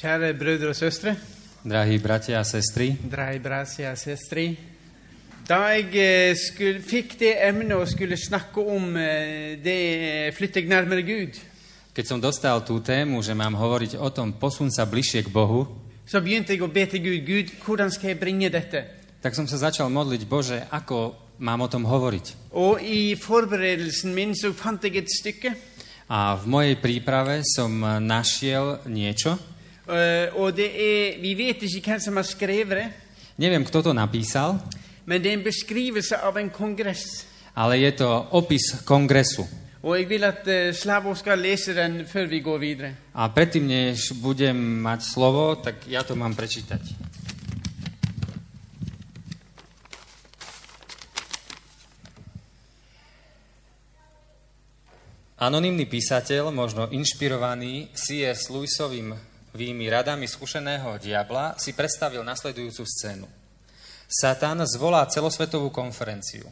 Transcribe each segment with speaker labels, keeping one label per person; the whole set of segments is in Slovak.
Speaker 1: Kjære brødre og søstre,
Speaker 2: Drahí bratia a sestry,
Speaker 1: dreie brasia og søstre. Da jeg eh, skulle, fikk det emnet og skulle snakke om eh, det flytte jeg nærmere Gud,
Speaker 2: keď som dostal tú tému, že mám hovoriť o tom posun sa bližšie k Bohu,
Speaker 1: så begynte jeg å be til Gud. Gud, hvordan skal jeg bringe dette?
Speaker 2: tak som sa začal modliť, Bože, ako mám o tom hovoriť.
Speaker 1: Og i forberedelsen min så fant jeg et stykke,
Speaker 2: A v mojej príprave som našiel niečo.
Speaker 1: eh, og det er Vi vet ikke hvem som har skrevet det,
Speaker 2: Neviem, kto to napísal,
Speaker 1: men det er en beskrivelse av en kongress.
Speaker 2: ale je to opis kongresu.
Speaker 1: Og jeg vil at eh, Slavo skal lese den før vi går videre.
Speaker 2: A predtým, než budem mať slovo, tak ja to mám prečítať. Anonymný písateľ, možno inšpirovaný C.S. Lewisovými radami skúseného diabla, si predstavil nasledujúcu scénu. Satan zvolá celosvetovú konferenciu.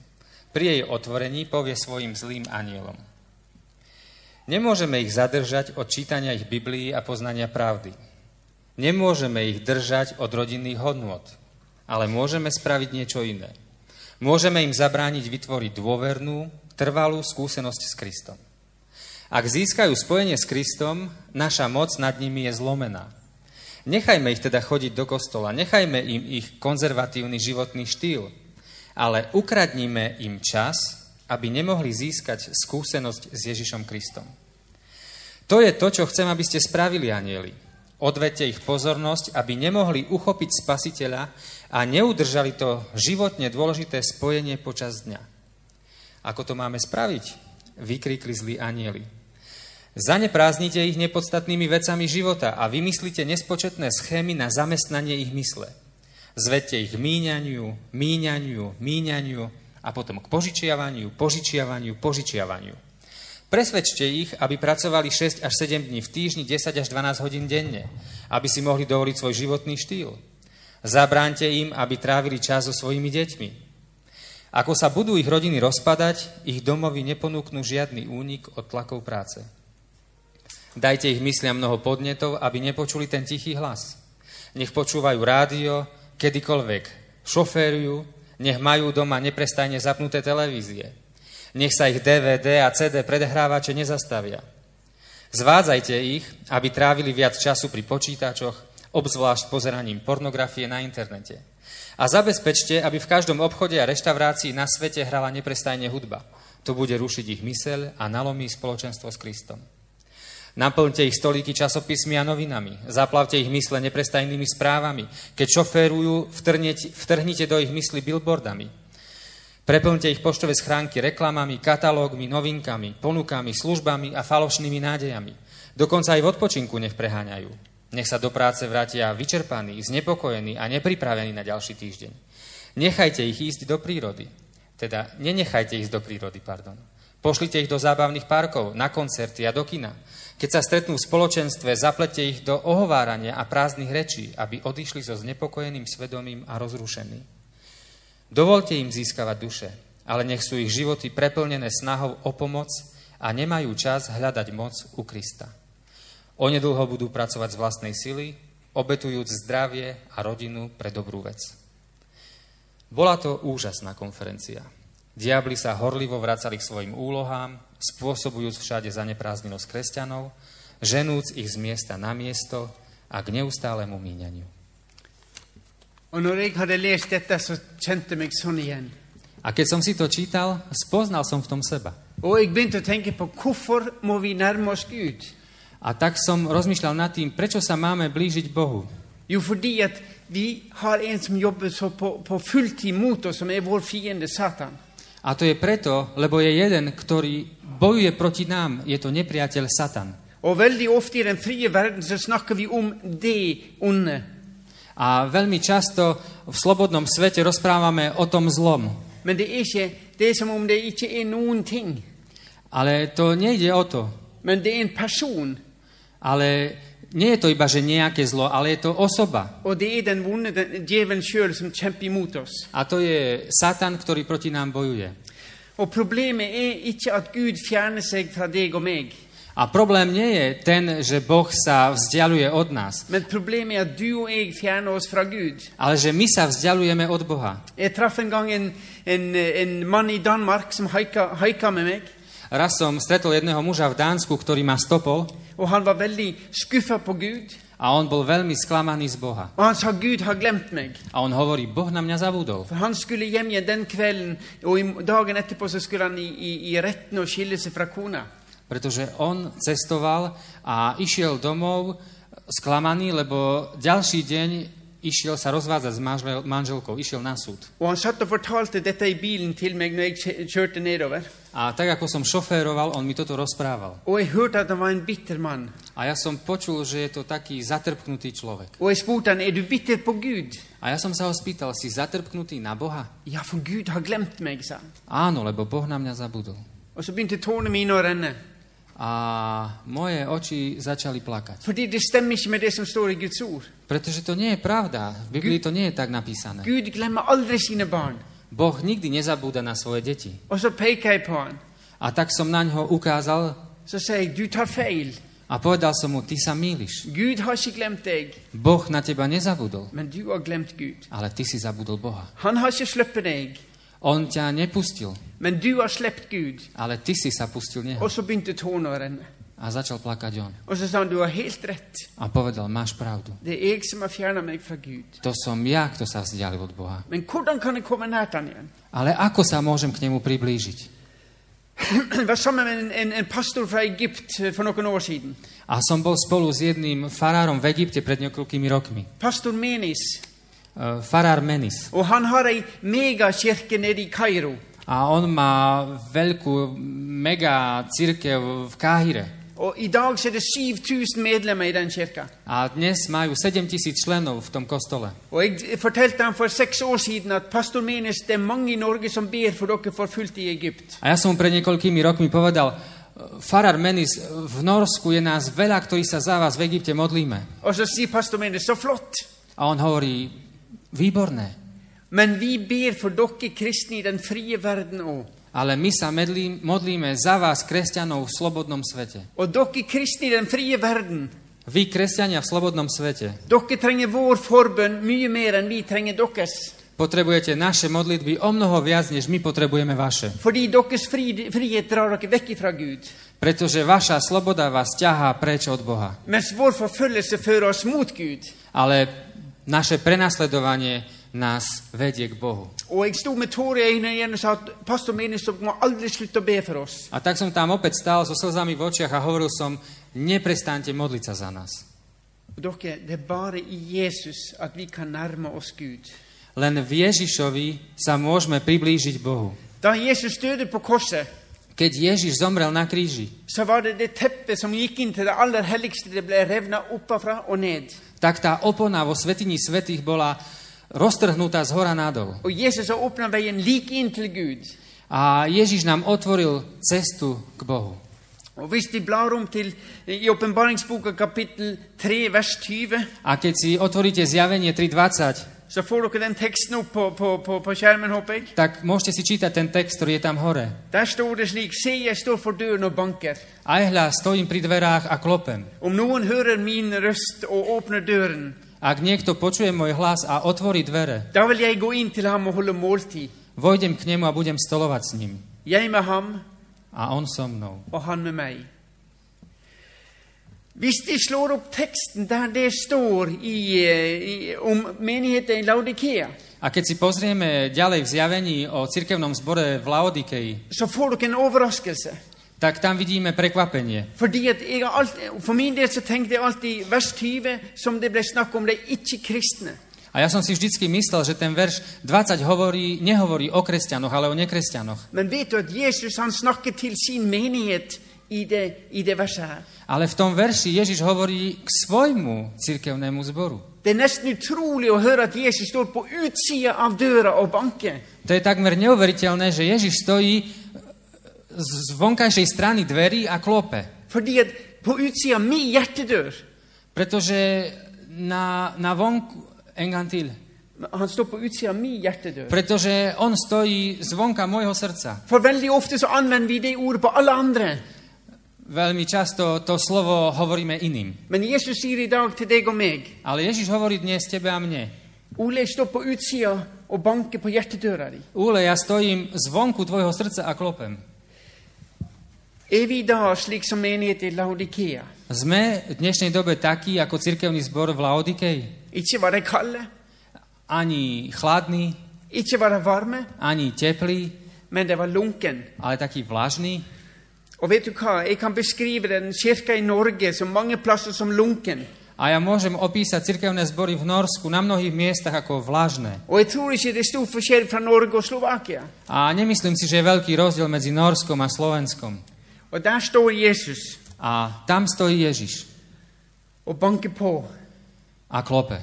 Speaker 2: Pri jej otvorení povie svojim zlým anielom. Nemôžeme ich zadržať od čítania ich Biblii a poznania pravdy. Nemôžeme ich držať od rodinných hodnôt, ale môžeme spraviť niečo iné. Môžeme im zabrániť vytvoriť dôvernú, trvalú skúsenosť s Kristom. Ak získajú spojenie s Kristom, naša moc nad nimi je zlomená. Nechajme ich teda chodiť do kostola, nechajme im ich konzervatívny životný štýl, ale ukradníme im čas, aby nemohli získať skúsenosť s Ježišom Kristom. To je to, čo chcem, aby ste spravili, anieli. Odvete ich pozornosť, aby nemohli uchopiť spasiteľa a neudržali to životne dôležité spojenie počas dňa. Ako to máme spraviť? Vykrikli zlí anieli. Zanepráznite ich nepodstatnými vecami života a vymyslíte nespočetné schémy na zamestnanie ich mysle. Zvedte ich k míňaniu, míňaniu, míňaniu a potom k požičiavaniu, požičiavaniu, požičiavaniu. Presvedčte ich, aby pracovali 6 až 7 dní v týždni, 10 až 12 hodín denne, aby si mohli dovoliť svoj životný štýl. Zabráňte im, aby trávili čas so svojimi deťmi. Ako sa budú ich rodiny rozpadať, ich domovy neponúknú žiadny únik od tlakov práce. Dajte ich mysliam mnoho podnetov, aby nepočuli ten tichý hlas. Nech počúvajú rádio, kedykoľvek šoférujú, nech majú doma neprestajne zapnuté televízie. Nech sa ich DVD a CD predhrávače nezastavia. Zvádzajte ich, aby trávili viac času pri počítačoch, obzvlášť pozeraním pornografie na internete. A zabezpečte, aby v každom obchode a reštaurácii na svete hrala neprestajne hudba. To bude rušiť ich myseľ a nalomí spoločenstvo s Kristom. Naplňte ich stolíky časopismi a novinami. Zaplavte ich mysle neprestajnými správami. Keď šoférujú, vtrhnete, vtrhnite do ich mysli billboardami. Preplňte ich poštové schránky reklamami, katalógmi, novinkami, ponukami, službami a falošnými nádejami. Dokonca aj v odpočinku nech preháňajú. Nech sa do práce vrátia vyčerpaní, znepokojení a nepripravení na ďalší týždeň. Nechajte ich ísť do prírody. Teda nenechajte ísť do prírody, pardon. Pošlite ich do zábavných parkov, na koncerty a do kina. Keď sa stretnú v spoločenstve, zaplete ich do ohovárania a prázdnych rečí, aby odišli so znepokojeným svedomím a rozrušený. Dovolte im získavať duše, ale nech sú ich životy preplnené snahou o pomoc a nemajú čas hľadať moc u Krista. Onedlho budú pracovať z vlastnej sily, obetujúc zdravie a rodinu pre dobrú vec. Bola to úžasná konferencia. Diabli sa horlivo vracali k svojim úlohám, spôsobujúc všade zaneprázdnenosť kresťanov, ženúc ich z miesta na miesto a k neustálemu míňaniu.
Speaker 1: Og når jeg hadde lest dette, så kjente jeg meg sånn igjen.
Speaker 2: A keď som si to čítal, spoznal som v tom seba.
Speaker 1: Og jeg begynte å tenke på hvorfor må vi nærme oss Gud?
Speaker 2: A tak som rozmýšľal nad tým, prečo sa máme blížiť Bohu.
Speaker 1: Jo, fordi at vi har en som jobber så på, på fulltid mot oss, som er vår fiende Satan.
Speaker 2: A to je preto, lebo je jeden, ktorý bojuje proti nám. Je to nepriateľ Satan.
Speaker 1: Og veldig ofte i den frie verden så snakker vi om det onde.
Speaker 2: A veľmi často v slobodnom svete rozprávame o tom zlom.
Speaker 1: Men det er, ikke, det er som om det ikke er noen ting.
Speaker 2: Ale to nejde o to.
Speaker 1: Men det er en person,
Speaker 2: Ale nie je to iba, že nejaké zlo, ale je to osoba.
Speaker 1: og det er den vonde, den djevelen sjøl, som kjemper imot oss.
Speaker 2: A to je Satan, ktorý proti nám bojuje.
Speaker 1: Og problemet er ikke at Gud fjerner seg fra deg og meg.
Speaker 2: A problém nie je ten, že Boh sa vzdialuje od nás,
Speaker 1: Men problemet är att du och jag fjärnar oss från Gud.
Speaker 2: ale že my sa vzdialujeme od Boha.
Speaker 1: Jag träffade en gång en, en, en man i Danmark som hajka, hajka med mig.
Speaker 2: Raz som stretol jedného muža v Dánsku, ktorý ma stopol
Speaker 1: Och han var väldigt skuffad på Gud.
Speaker 2: a on bol veľmi sklamaný z Boha.
Speaker 1: Och han sa Gud har glömt mig.
Speaker 2: A on hovorí, Boh na mňa zabudol.
Speaker 1: För han skulle hem igen den kvällen och i- dagen efterpå så skulle han i, i, i rätten och skilja sig från kona.
Speaker 2: Pretože on cestoval a išiel domov sklamaný, lebo ďalší deň išiel sa rozvádzať s manžel- manželkou, išiel na súd.
Speaker 1: Och han satt och förtalade detta i bilen till mig när jag kö- körde nedover.
Speaker 2: A tak ako som šoféroval, on mi toto rozprával.
Speaker 1: Och jag hörde att han var en bitter man.
Speaker 2: A ja som počul, že je to taký zatrpknutý človek.
Speaker 1: Och jag spurte han, är du bitter på Gud?
Speaker 2: A ja som sa ho spýtal, si zatrpknutý na Boha?
Speaker 1: Ja, för Gud har glömt mig, sa han.
Speaker 2: Áno, lebo Boh na mňa zabudol.
Speaker 1: Och så började tårna mina att ränna.
Speaker 2: A moje oči začali plakať.
Speaker 1: För det, det stämmer inte med det som står i Guds ord.
Speaker 2: Pretože to nie je pravda. V Biblii to nie je tak napísané.
Speaker 1: Gud glömmer aldrig sina barn.
Speaker 2: Boh nikdy nezabúda na svoje deti.
Speaker 1: Och så pekade jag på honom.
Speaker 2: A tak som na ňo ukázal
Speaker 1: Så säger jag, du tar fel.
Speaker 2: a povedal som mu, ty sa mýliš.
Speaker 1: Gud har inte glömt dig,
Speaker 2: Boh na teba nezabudol,
Speaker 1: men du har glömt Gud.
Speaker 2: ale ty si zabudol Boha.
Speaker 1: Han har inte släppt dig,
Speaker 2: On ťa nepustil,
Speaker 1: men du har släppt Gud.
Speaker 2: ale ty si sa pustil neho.
Speaker 1: Och så började tårna att ränna.
Speaker 2: A začal plakať on.
Speaker 1: Och så sa han, du har helt rätt.
Speaker 2: A povedal, máš pravdu.
Speaker 1: Det är jag som har fjärnat mig från Gud.
Speaker 2: To som ja, kto sa vzdialil od Boha.
Speaker 1: Men hur kan jag komma nära honom igen?
Speaker 2: Ale ako sa môžem k nemu priblížiť?
Speaker 1: Jag var samman med en, en, en pastor från Egypt för några år sedan.
Speaker 2: A som bol spolu s jedným farárom v Egypte pred niekoľkými rokmi.
Speaker 1: Pastor Menis.
Speaker 2: E, Farár Menis.
Speaker 1: Och han har en megakyrka nere i Kairo.
Speaker 2: A on má veľkú mega církev v Káhire.
Speaker 1: Och idag så är det 7000 medlemmar i den kyrkan.
Speaker 2: A dnes majú 7 tisíc členov v tom kostole.
Speaker 1: Och jag fortalte han för sex år sedan att pastor Menis, det är många i Norge som ber för dere förfulgt i Egypt.
Speaker 2: A ja som mu pred niekoľkými rokmi povedal, Farar Menis, v Norsku je nás veľa, ktorí sa za vás v Egypte modlíme.
Speaker 1: Och så säger pastor Menis, så flott!
Speaker 2: A on hovorí, výborné,
Speaker 1: Men vi ber för dere kristna i den fria världen också.
Speaker 2: ale my sa medlí, modlíme za vás, kresťanov, v slobodnom svete.
Speaker 1: Och dere kristna i den fria världen,
Speaker 2: Vy, kresťania v slobodnom svete,
Speaker 1: dere tränger vår förbön mycket mer än vi tränger deres.
Speaker 2: potrebujete naše modlitby o mnoho viac, než my potrebujeme vaše.
Speaker 1: Fordi deres fri, frihet drar dere vekk fra Gud.
Speaker 2: Pretože vaša sloboda vás ťahá preč od Boha.
Speaker 1: Mens vår forfølgelse fører oss mot Gud.
Speaker 2: Ale naše prenasledovanie nás vedie k Bohu.
Speaker 1: Og jeg sto med tårer i øynene igjen og sa at pastor Menis, dere må aldri slutte å be for oss.
Speaker 2: A tak som tam opäť stál so slzami v očiach a hovoril som, neprestaňte modliť sa za nás.
Speaker 1: Og Dere, det er bare i Jesus at vi kan nærme oss Gud.
Speaker 2: Len v Ježišovi sa môžeme priblížiť Bohu.
Speaker 1: Da Jesus døde på korset,
Speaker 2: Keď Ježiš zomrel na kríži,
Speaker 1: så var det det teppet som gikk inn til det aller helligste, det ble revnet oppafra og ned.
Speaker 2: tak tá opona vo Svetini Svetých bola roztrhnutá z hora nadol.
Speaker 1: Og Jesus har åpnet veien like inn til Gud.
Speaker 2: A Ježiš nám otvoril cestu k Bohu.
Speaker 1: Og hvis de blar om til eh, i åpenbaringsboka kapittel 3, vers 20,
Speaker 2: A keď si otvoríte zjavenie 3.20,
Speaker 1: så får dere den teksten opp på, på, på, på skjermen, håper jeg.
Speaker 2: tak môžete si čítať ten text, ktorý je tam hore.
Speaker 1: Der står det slik, se jeg står for døren og banker.
Speaker 2: Aj hľa, stojím pri dverách a klopem.
Speaker 1: Om noen hører min røst og åpner døren,
Speaker 2: Ak niekto počuje môj hlas a otvorí dvere,
Speaker 1: da vil jeg gå inn til ham og holde måltid.
Speaker 2: Vojdem k nemu a budem stolovať s ním.
Speaker 1: Jeg med ham
Speaker 2: A on so mnou.
Speaker 1: og han med meg. Hvis de slår opp teksten der det står i, eh, i, om menigheten i Laudikea,
Speaker 2: A keď si pozrieme ďalej v zjavení o cirkevnom zbore v Laodikeji,
Speaker 1: så får dere en overraskelse.
Speaker 2: tak tam vidíme prekvapenie.
Speaker 1: Fordi at jeg har alt, For min del så tenkte jeg alltid vers 20, som det ble snakk om, de ikke-kristne.
Speaker 2: A ja som si vždycky myslel, že ten verš 20 hovorí, nehovorí o kresťanoch, ale o nekresťanoch.
Speaker 1: Men vet du at Jesus han snakker til sin menighet i det, i det verset her?
Speaker 2: Ale v tom verši Ježiš hovorí k svojmu cirkevnému zboru.
Speaker 1: Det er nesten utrolig å høre at Jesus står på utsida av døra og banker.
Speaker 2: To je takmer neuveriteľné, že Ježiš stojí z z vonkajšej strany dverí a klope.
Speaker 1: Fordi at på utsida av min hjertedør
Speaker 2: Pretože na, na vonku... Engantil.
Speaker 1: Han står på utsida av min hjertedør.
Speaker 2: Pretože on stojí zvonka môjho srdca.
Speaker 1: For veldig ofte så anvender vi det ordet på alle andre.
Speaker 2: Veľmi často to slovo hovoríme iným.
Speaker 1: Men Jesus sier i dag til deg og meg
Speaker 2: Ale Ježiš hovorí dnes tebe a mne.
Speaker 1: Ole, jeg står på utsida og banker på hjertedøra di.
Speaker 2: Úle, ja stojím zvonku tvojho srdca a klopem.
Speaker 1: Er vi da slik som menighet i Laodikea?
Speaker 2: Sme v dnešnej dobe takí ako cirkevný zbor v Laodikei?
Speaker 1: Ikke var de kalde,
Speaker 2: Ani chladný,
Speaker 1: ikke var de varme,
Speaker 2: ani teplý,
Speaker 1: men de var lunken.
Speaker 2: ale taký vlažný.
Speaker 1: Og vet du hva, jeg kan beskrive den kirka i Norge som mange plasser som lunken.
Speaker 2: A ja môžem opísať cirkevné zbory v Norsku na mnohých miestach ako vlažné.
Speaker 1: Og jeg tror ikke det er stor forskjell fra Norge og Slovakia.
Speaker 2: A nemyslím si, že je veľký rozdiel medzi Norskom a Slovenskom.
Speaker 1: Og der står Jesus
Speaker 2: A tam stojí Ježiš
Speaker 1: og banker på.
Speaker 2: a klope.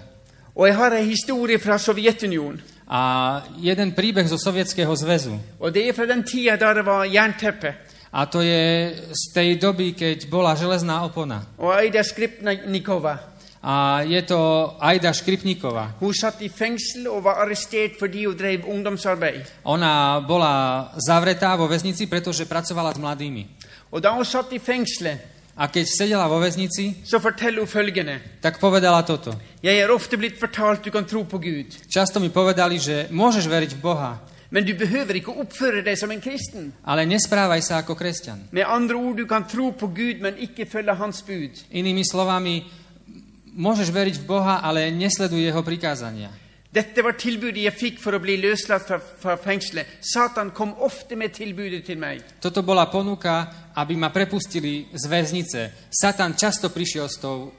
Speaker 1: Og jeg har en historie fra Sovjetunionen.
Speaker 2: A jeden príbeh zo Sovietskeho zväzu.
Speaker 1: Og det er fra den tida da det var jernteppe.
Speaker 2: A to je z tej doby, keď bola železná opona.
Speaker 1: Og Aida Skripnikova
Speaker 2: A je to Ajda Škripníková.
Speaker 1: hun satt i fengsel og var arrestert fordi hun drev ungdomsarbeid.
Speaker 2: Ona bola zavretá vo väznici, pretože pracovala s mladými.
Speaker 1: Og da hun satt i fengselet,
Speaker 2: A keď sedela vo väznici,
Speaker 1: så forteller hun følgende
Speaker 2: tak povedala toto.
Speaker 1: Jeg er ofte blitt fortalt du kan tro på Gud,
Speaker 2: Často mi povedali, že môžeš veriť v Boha,
Speaker 1: men du behøver ikke å oppføre deg som en kristen.
Speaker 2: ale nesprávaj sa ako kresťan.
Speaker 1: Med andre ord, du kan tro på Gud, men ikke følge Hans bud.
Speaker 2: Inými slovami, môžeš veriť v Boha, ale nesleduj jeho prikázania.
Speaker 1: Dette var tilbudet jeg fikk for å bli løslatt fra, fra fengselet. Satan kom ofte med tilbudet til meg.
Speaker 2: Toto bola ponuka, aby ma prepustili z väznice. Satan často prišiel s tou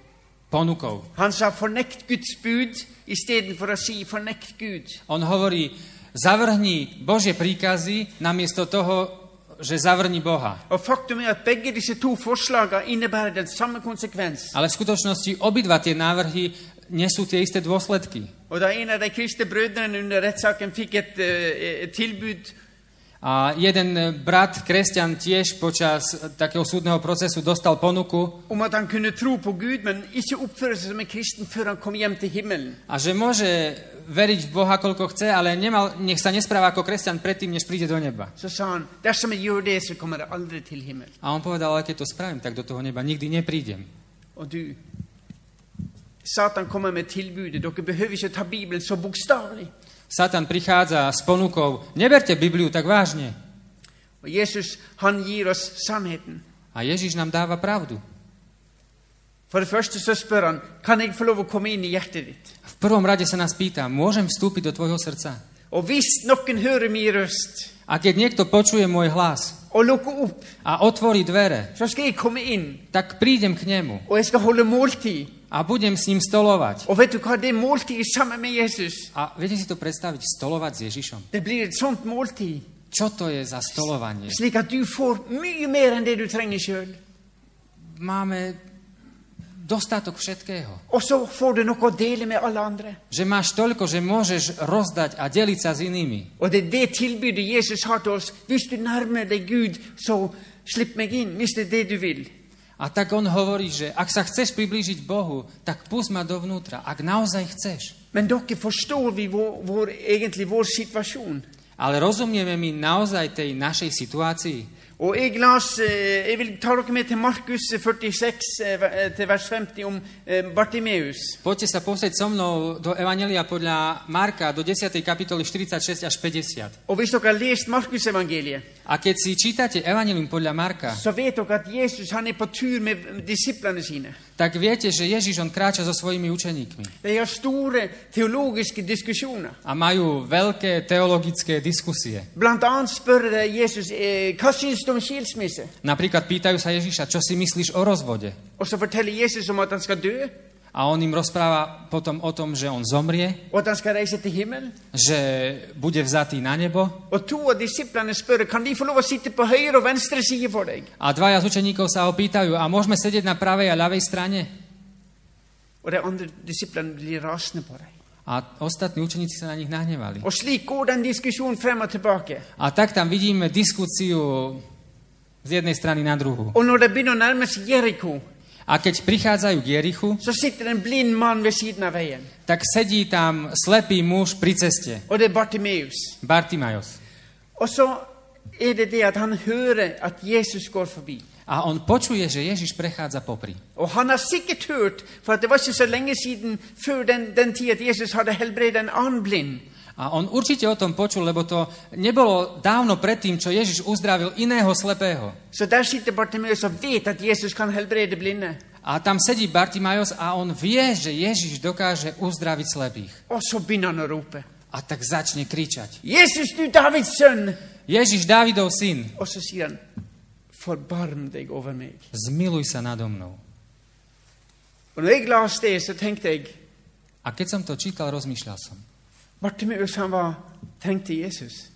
Speaker 2: ponukou.
Speaker 1: Han sa 'fornekt Guds bud' istedenfor å si 'fornekt Gud'.
Speaker 2: On hovorí, zavrhni Božie príkazy namiesto toho, že zavrni Boha.
Speaker 1: Og faktum er at begge disse to forslagene innebærer den samme konsekvens.
Speaker 2: Ale v skutočnosti obidva tie návrhy nesú tie isté dôsledky.
Speaker 1: Og da en av de kristne brødrene under rettssaken fikk et, eh, et tilbud
Speaker 2: A jeden brat, kresťan, tiež počas takého súdneho procesu dostal ponuku
Speaker 1: om at han kunne tro på Gud, men ikke oppføre seg som en kristen før han kom hjem til himmelen.
Speaker 2: a že môže veriť v Boha koľko chce, ale nemal, nech sa nespráva ako kresťan predtým, než príde do neba.
Speaker 1: Så sa han dersom jeg gjør det, så kommer jeg aldri til himmelen.
Speaker 2: A on povedal, ale keď to spravím, tak do toho neba nikdy neprídem.
Speaker 1: Og du Satan kommer med tilbudet. Dere behøver ikke å ta Bibelen så bokstavelig.
Speaker 2: Satan prichádza s ponukou, neberte Bibliu tak vážne.
Speaker 1: Og Jesus han gir oss sannheten.
Speaker 2: A Ježiš nám dáva pravdu.
Speaker 1: For det første så spør han kan jeg få lov å komme inn i hjertet ditt.
Speaker 2: V prvom rade sa nás pýta, môžem vstúpiť do tvojho srdca?
Speaker 1: Og hvis noen hører min røst
Speaker 2: A keď niekto počuje môj hlas
Speaker 1: og lukker opp,
Speaker 2: a otvorí dvere,
Speaker 1: så skal jeg komme inn,
Speaker 2: tak prídem k nemu
Speaker 1: og jeg skal holde måltid.
Speaker 2: a budem s ním stolovať.
Speaker 1: Og vet du hva, det måltidet sammen med Jesus,
Speaker 2: A viete si to predstaviť, stolovať s Ježišom?
Speaker 1: det blir et sånt måltid,
Speaker 2: Čo to je za stolovanie?
Speaker 1: slik at du får mye mer enn det du trenger sjøl.
Speaker 2: Máme dostatok všetkého.
Speaker 1: Og så får du noe å dele med alle andre.
Speaker 2: Že máš toľko, že môžeš rozdať a deliť sa s inými.
Speaker 1: Og det er det tilbudet Jesus har til oss. Hvis du nærmer deg Gud, så slipp meg inn, hvis det er det du vil.
Speaker 2: A tak on hovorí, že ak sa chceš priblížiť Bohu, tak pust ma dovnútra, ak naozaj chceš.
Speaker 1: Men dere forstår vi vår, vår, egentlig vår situasjon.
Speaker 2: Ale rozumieme my naozaj tej našej situácii?
Speaker 1: Og jeg, las, eh, jeg vil ta dere med til Markus 46, eh, ver- eh, til vers 50, om eh, Bartimeus.
Speaker 2: Poďte sa pozrieť so mnou do Evanelia podľa Marka do 10. kapitoly 46 až 50.
Speaker 1: Og hvis dere har lest Markusevangeliet,
Speaker 2: A keď si čítate Evangelium podľa Marka,
Speaker 1: så vet dere at Jesus han er på tur med disiplene sine.
Speaker 2: tak viete, že Ježiš on kráča so svojimi učeníkmi
Speaker 1: De har store teologiske diskusjoner.
Speaker 2: a majú veľké teologické diskusie.
Speaker 1: Blant annet spør de Jesus eh, hva syns du om skilsmisse.
Speaker 2: Napríklad pýtajú sa Ježiša, čo si myslíš o rozvode?
Speaker 1: Og så forteller Jesus om at han skal dø,
Speaker 2: A on im rozpráva potom o tom, že on zomrie,
Speaker 1: og at han skal reise til himmelen.
Speaker 2: že bude vzatý na nebo.
Speaker 1: Og to av disiplene spør kan de få lov å sitte på høyre og venstre side for deg.
Speaker 2: A dvaja z učeníkov sa ho pýtajú, a môžeme sedieť na pravej a ľavej strane?
Speaker 1: Og de andre disiplene blir rasende på deg.
Speaker 2: A ostatní učeníci sa na nich nahnevali.
Speaker 1: Og slik går den diskusjonen frem og tilbake.
Speaker 2: A tak tam vidíme diskusiu z jednej strany na druhú.
Speaker 1: Og når de begynner å nærme seg Jeriko,
Speaker 2: A keď prichádzajú k Jerichu,
Speaker 1: så sitter en blind mann ved siden av veien.
Speaker 2: tak sedí tam slepý muž pri ceste,
Speaker 1: Og det er Bartimeus.
Speaker 2: Bartimajos.
Speaker 1: Og så er det det at han hører at Jesus går forbi.
Speaker 2: A on počuje, že Ježiš prechádza popri.
Speaker 1: Og han har sikkert hørt, for at det var ikke så lenge siden før den, den tid at Jesus hadde helbredet en annen blind.
Speaker 2: A on určite o tom počul, lebo to nebolo dávno predtým, čo Ježiš uzdravil iného slepého.
Speaker 1: Så der sitter Bartimeus og vet at Jesus kan helbrede blinde.
Speaker 2: A tam sedí Bartimajos a on vie, že Ježiš dokáže uzdraviť slepých.
Speaker 1: Og så begynner han å rope.
Speaker 2: A tak začne kričať.
Speaker 1: Jesus, du Davids sønn!
Speaker 2: Ježiš, Dávidov syn,
Speaker 1: Og så sier han, forbarm deg over meg.
Speaker 2: zmiluj sa nado mnou.
Speaker 1: Og når jeg la av sted, så tenkte jeg,
Speaker 2: A keď som to čítal, rozmýšľal som.
Speaker 1: Bartimeus han var, tenkte Jesus.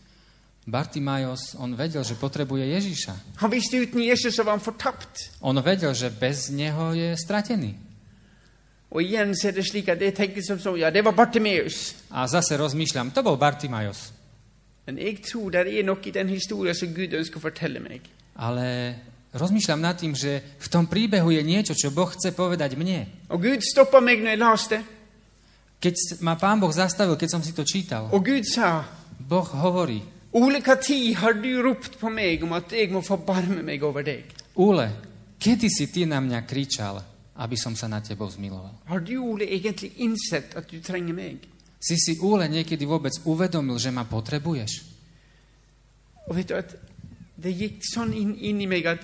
Speaker 2: Bartimajos, on vedel, že potrebuje Ježiša.
Speaker 1: Han visste uten Jesus så var han fortapt.
Speaker 2: On vedel, že bez neho je stratený.
Speaker 1: Og igjen så er det slik at jeg tenkte som så, ja, det var Bartimeus.
Speaker 2: A zase rozmýšľam, to bol Bartimajos.
Speaker 1: Men jeg tror det er noe i den historien som Gud ønsker å fortelle meg.
Speaker 2: Ale rozmýšľam nad tým, že v tom príbehu je niečo, čo Boh chce povedať mne.
Speaker 1: Og Gud stoppa meg når jeg leste,
Speaker 2: Keď ma pán Boh zastavil, keď som si to čítal,
Speaker 1: og Gud sa,
Speaker 2: Boh hovorí,
Speaker 1: Ole, hva tid har du ropt på meg om at jeg må forbarme meg over deg?
Speaker 2: Úle, kedy si ty na mňa kričal, aby som sa na tebou zmiloval?
Speaker 1: Har du, Ole, egentlig innsett at du trenger meg?
Speaker 2: Si si Úle niekedy vôbec uvedomil, že ma potrebuješ?
Speaker 1: Og vet du at det gikk sånn inn, inn i meg at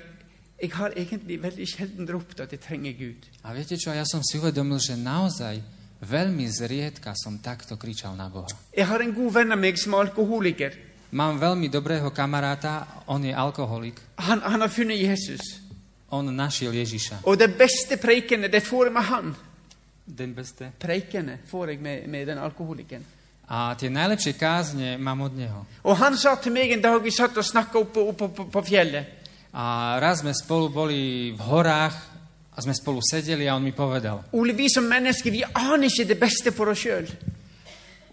Speaker 1: jeg har egentlig veldig sjelden ropt at jeg trenger Gud.
Speaker 2: A viete čo, ja som si uvedomil, že naozaj veľmi zriedka som takto kričal na Boha.
Speaker 1: Jeg har en god venn av meg som er alkoholiker.
Speaker 2: Mám veľmi dobrého kamaráta, on je alkoholik.
Speaker 1: Han, han har funnet Jesus.
Speaker 2: On našiel Ježiša.
Speaker 1: Og de beste preikene, det får jeg med han.
Speaker 2: Den beste.
Speaker 1: Preikene får jeg med, med den alkoholikeren.
Speaker 2: A tie najlepšie kázne mám od neho.
Speaker 1: Og han sa til meg en dag vi satt og snakka oppe oppe på, på fjellet.
Speaker 2: A raz sme spolu boli v horách a sme spolu sedeli a on mi povedal.
Speaker 1: Ole, vi som mennesker, vi aner ikke det beste for oss sjøl.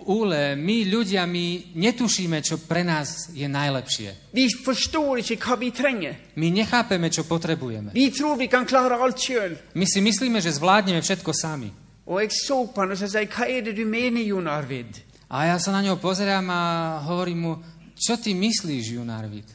Speaker 2: Úle, my ľudia, my netušíme, čo pre nás je najlepšie.
Speaker 1: Vi forstår ikke hva vi trenger.
Speaker 2: My nechápeme, čo potrebujeme.
Speaker 1: Vi tror vi kan klare alt sjøl.
Speaker 2: My si myslíme, že zvládneme všetko sami.
Speaker 1: Og jeg så på han og så sa jeg, hva er det du mener, Jon Arvid?
Speaker 2: A ja sa na ňo pozerám a hovorím mu, čo ty myslíš, Junarvid?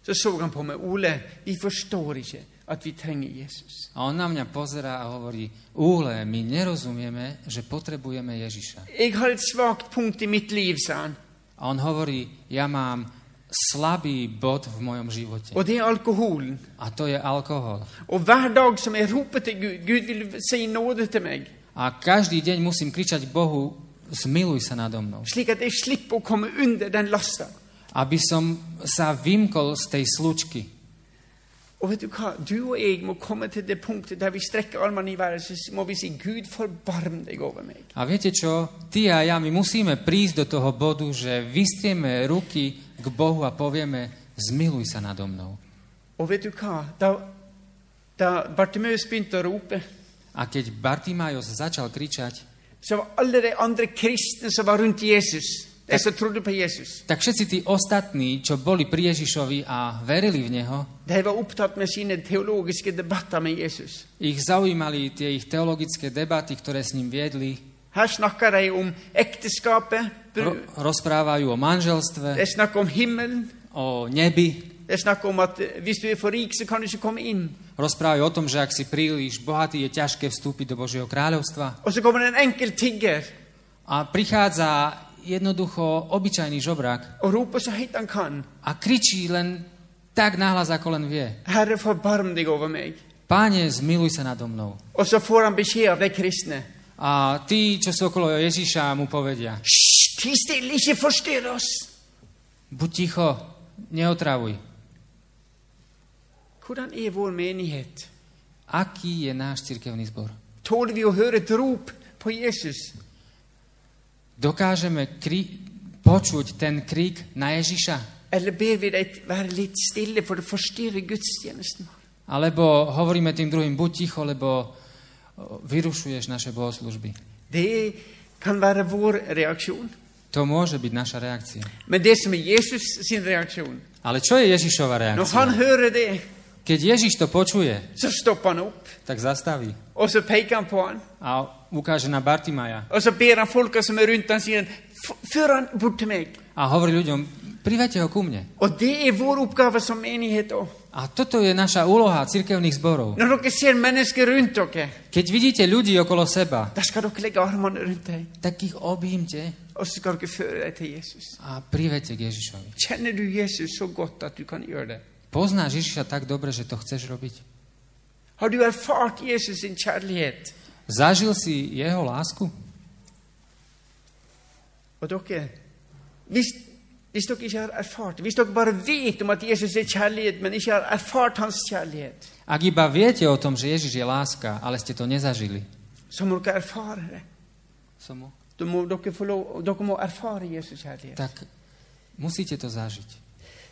Speaker 1: Så så han på meg, Ole, vi forstår ikke at vi trenger Jesus.
Speaker 2: A on na mňa pozerá a hovorí, Úle, my nerozumieme, že potrebujeme Ježiša.
Speaker 1: Jeg har et svakt punkt i mitt liv, sa han,
Speaker 2: A on hovorí, ja mám slabý bod v mojom živote.
Speaker 1: og det er alkoholen.
Speaker 2: A to je alkohol.
Speaker 1: Og hver dag som jeg roper til Gud, Gud vil du si nåde til meg,
Speaker 2: A každý deň musím kričať Bohu, zmiluj sa nado mnou.
Speaker 1: slik at jeg slipper å komme under den lasta.
Speaker 2: aby som sa vymkol z tej slučky.
Speaker 1: Og vet du hva? Du og jeg må komme til det punktet der vi strekker armene i været, så må vi si Gud, forbarm deg over meg.
Speaker 2: A viete čo? Ty a ja, my musíme prísť do toho bodu, že vystrieme ruky k Bohu a povieme, zmiluj sa nado mnou.
Speaker 1: Og vet du hva? Da, da Bartimeus begynte å rope,
Speaker 2: A keď Bartimajos začal kričať,
Speaker 1: så var alle de andre kristne som var rundt Jesus, de som trodde på Jesus,
Speaker 2: tak všetci tí ostatní, čo boli pri Ježišovi a verili v Neho,
Speaker 1: de var opptatt med sine teologiske debatter med Jesus.
Speaker 2: ich zaujímali tie ich teologické debaty, ktoré s ním viedli.
Speaker 1: Her snakker de om ekteskapet,
Speaker 2: Ro-
Speaker 1: bru-
Speaker 2: rozprávajú o manželstve,
Speaker 1: de snakker om himmelen,
Speaker 2: o nebi,
Speaker 1: de snakker om at eh, hvis du er for rik, så kan du ikke komme inn.
Speaker 2: rozprávajú o tom, že ak si príliš bohatý, je ťažké vstúpiť do Božieho kráľovstva.
Speaker 1: Og så kommer det en enkel tigger
Speaker 2: A prichádza jednoducho obyčajný žobrák
Speaker 1: og roper så høyt han kan,
Speaker 2: a kričí len tak nahlas, ako len vie.
Speaker 1: Herre, forbarm deg over meg.
Speaker 2: Páne, zmiluj sa nado mnou.
Speaker 1: Og så får han beskjed av de kristne.
Speaker 2: A tí, čo sú okolo Ježiša, mu povedia,
Speaker 1: Hysj, ti stille, ikke forstyrr oss!
Speaker 2: buď ticho, neotravuj.
Speaker 1: Hvordan er vår menighet?
Speaker 2: Aký je náš cirkevný zbor?
Speaker 1: Tåler vi å høre et rop på Jesus?
Speaker 2: Dokážeme kri- počuť ten krík na Ježiša?
Speaker 1: Eller ber vi dem være litt stille, for det forstyrrer gudstjenesten?
Speaker 2: Alebo hovoríme tým druhým, buď ticho, lebo o, vyrušuješ naše bohoslužby.
Speaker 1: Det kan være vår reaksjon.
Speaker 2: To môže byť naša reakcia.
Speaker 1: Men det som er Jesus sin reaksjon
Speaker 2: Ale čo je Ježišova
Speaker 1: Når han
Speaker 2: reakcia?
Speaker 1: hører det,
Speaker 2: No, Keď Ježiš to počuje,
Speaker 1: så stopper han opp,
Speaker 2: tak zastaví
Speaker 1: og så peker han på han.
Speaker 2: a ukáže na Bartimaja
Speaker 1: Og så ber han folka som er rundt han sier "F- Før han bort til meg.
Speaker 2: a hovorí ľuďom, privete ho ku mne.
Speaker 1: Og det er vår oppgave som menighet òg.
Speaker 2: A toto je naša úloha cirkevných zborov.
Speaker 1: Når dere ser mennesker rundt dere,
Speaker 2: Keď vidíte ľudí okolo seba,
Speaker 1: da skal dere legge armene rundt dem,
Speaker 2: tak ich objímte
Speaker 1: og så skal dere føre dem til Jesus.
Speaker 2: a privedte k Ježišovi.
Speaker 1: Kjenner du Jesus så godt at du kan gjøre det?
Speaker 2: Poznáš Ježiša tak dobre, že to chceš robiť?
Speaker 1: Har du erfart Jesus sin kjærlighet?
Speaker 2: Zažil si jeho lásku?
Speaker 1: Og dere, hvis, hvis dere ikke har erfart det, hvis dere bare vet om at Jesus er kjærlighet, men ikke har erfart hans kjærlighet,
Speaker 2: Ak iba viete o tom, že Ježiš je láska, ale ste to nezažili,
Speaker 1: så må dere erfare det.
Speaker 2: Som mu-
Speaker 1: Da må dere, få lov, dere må erfare Jesus kjærlighet.
Speaker 2: tak musíte to zažiť.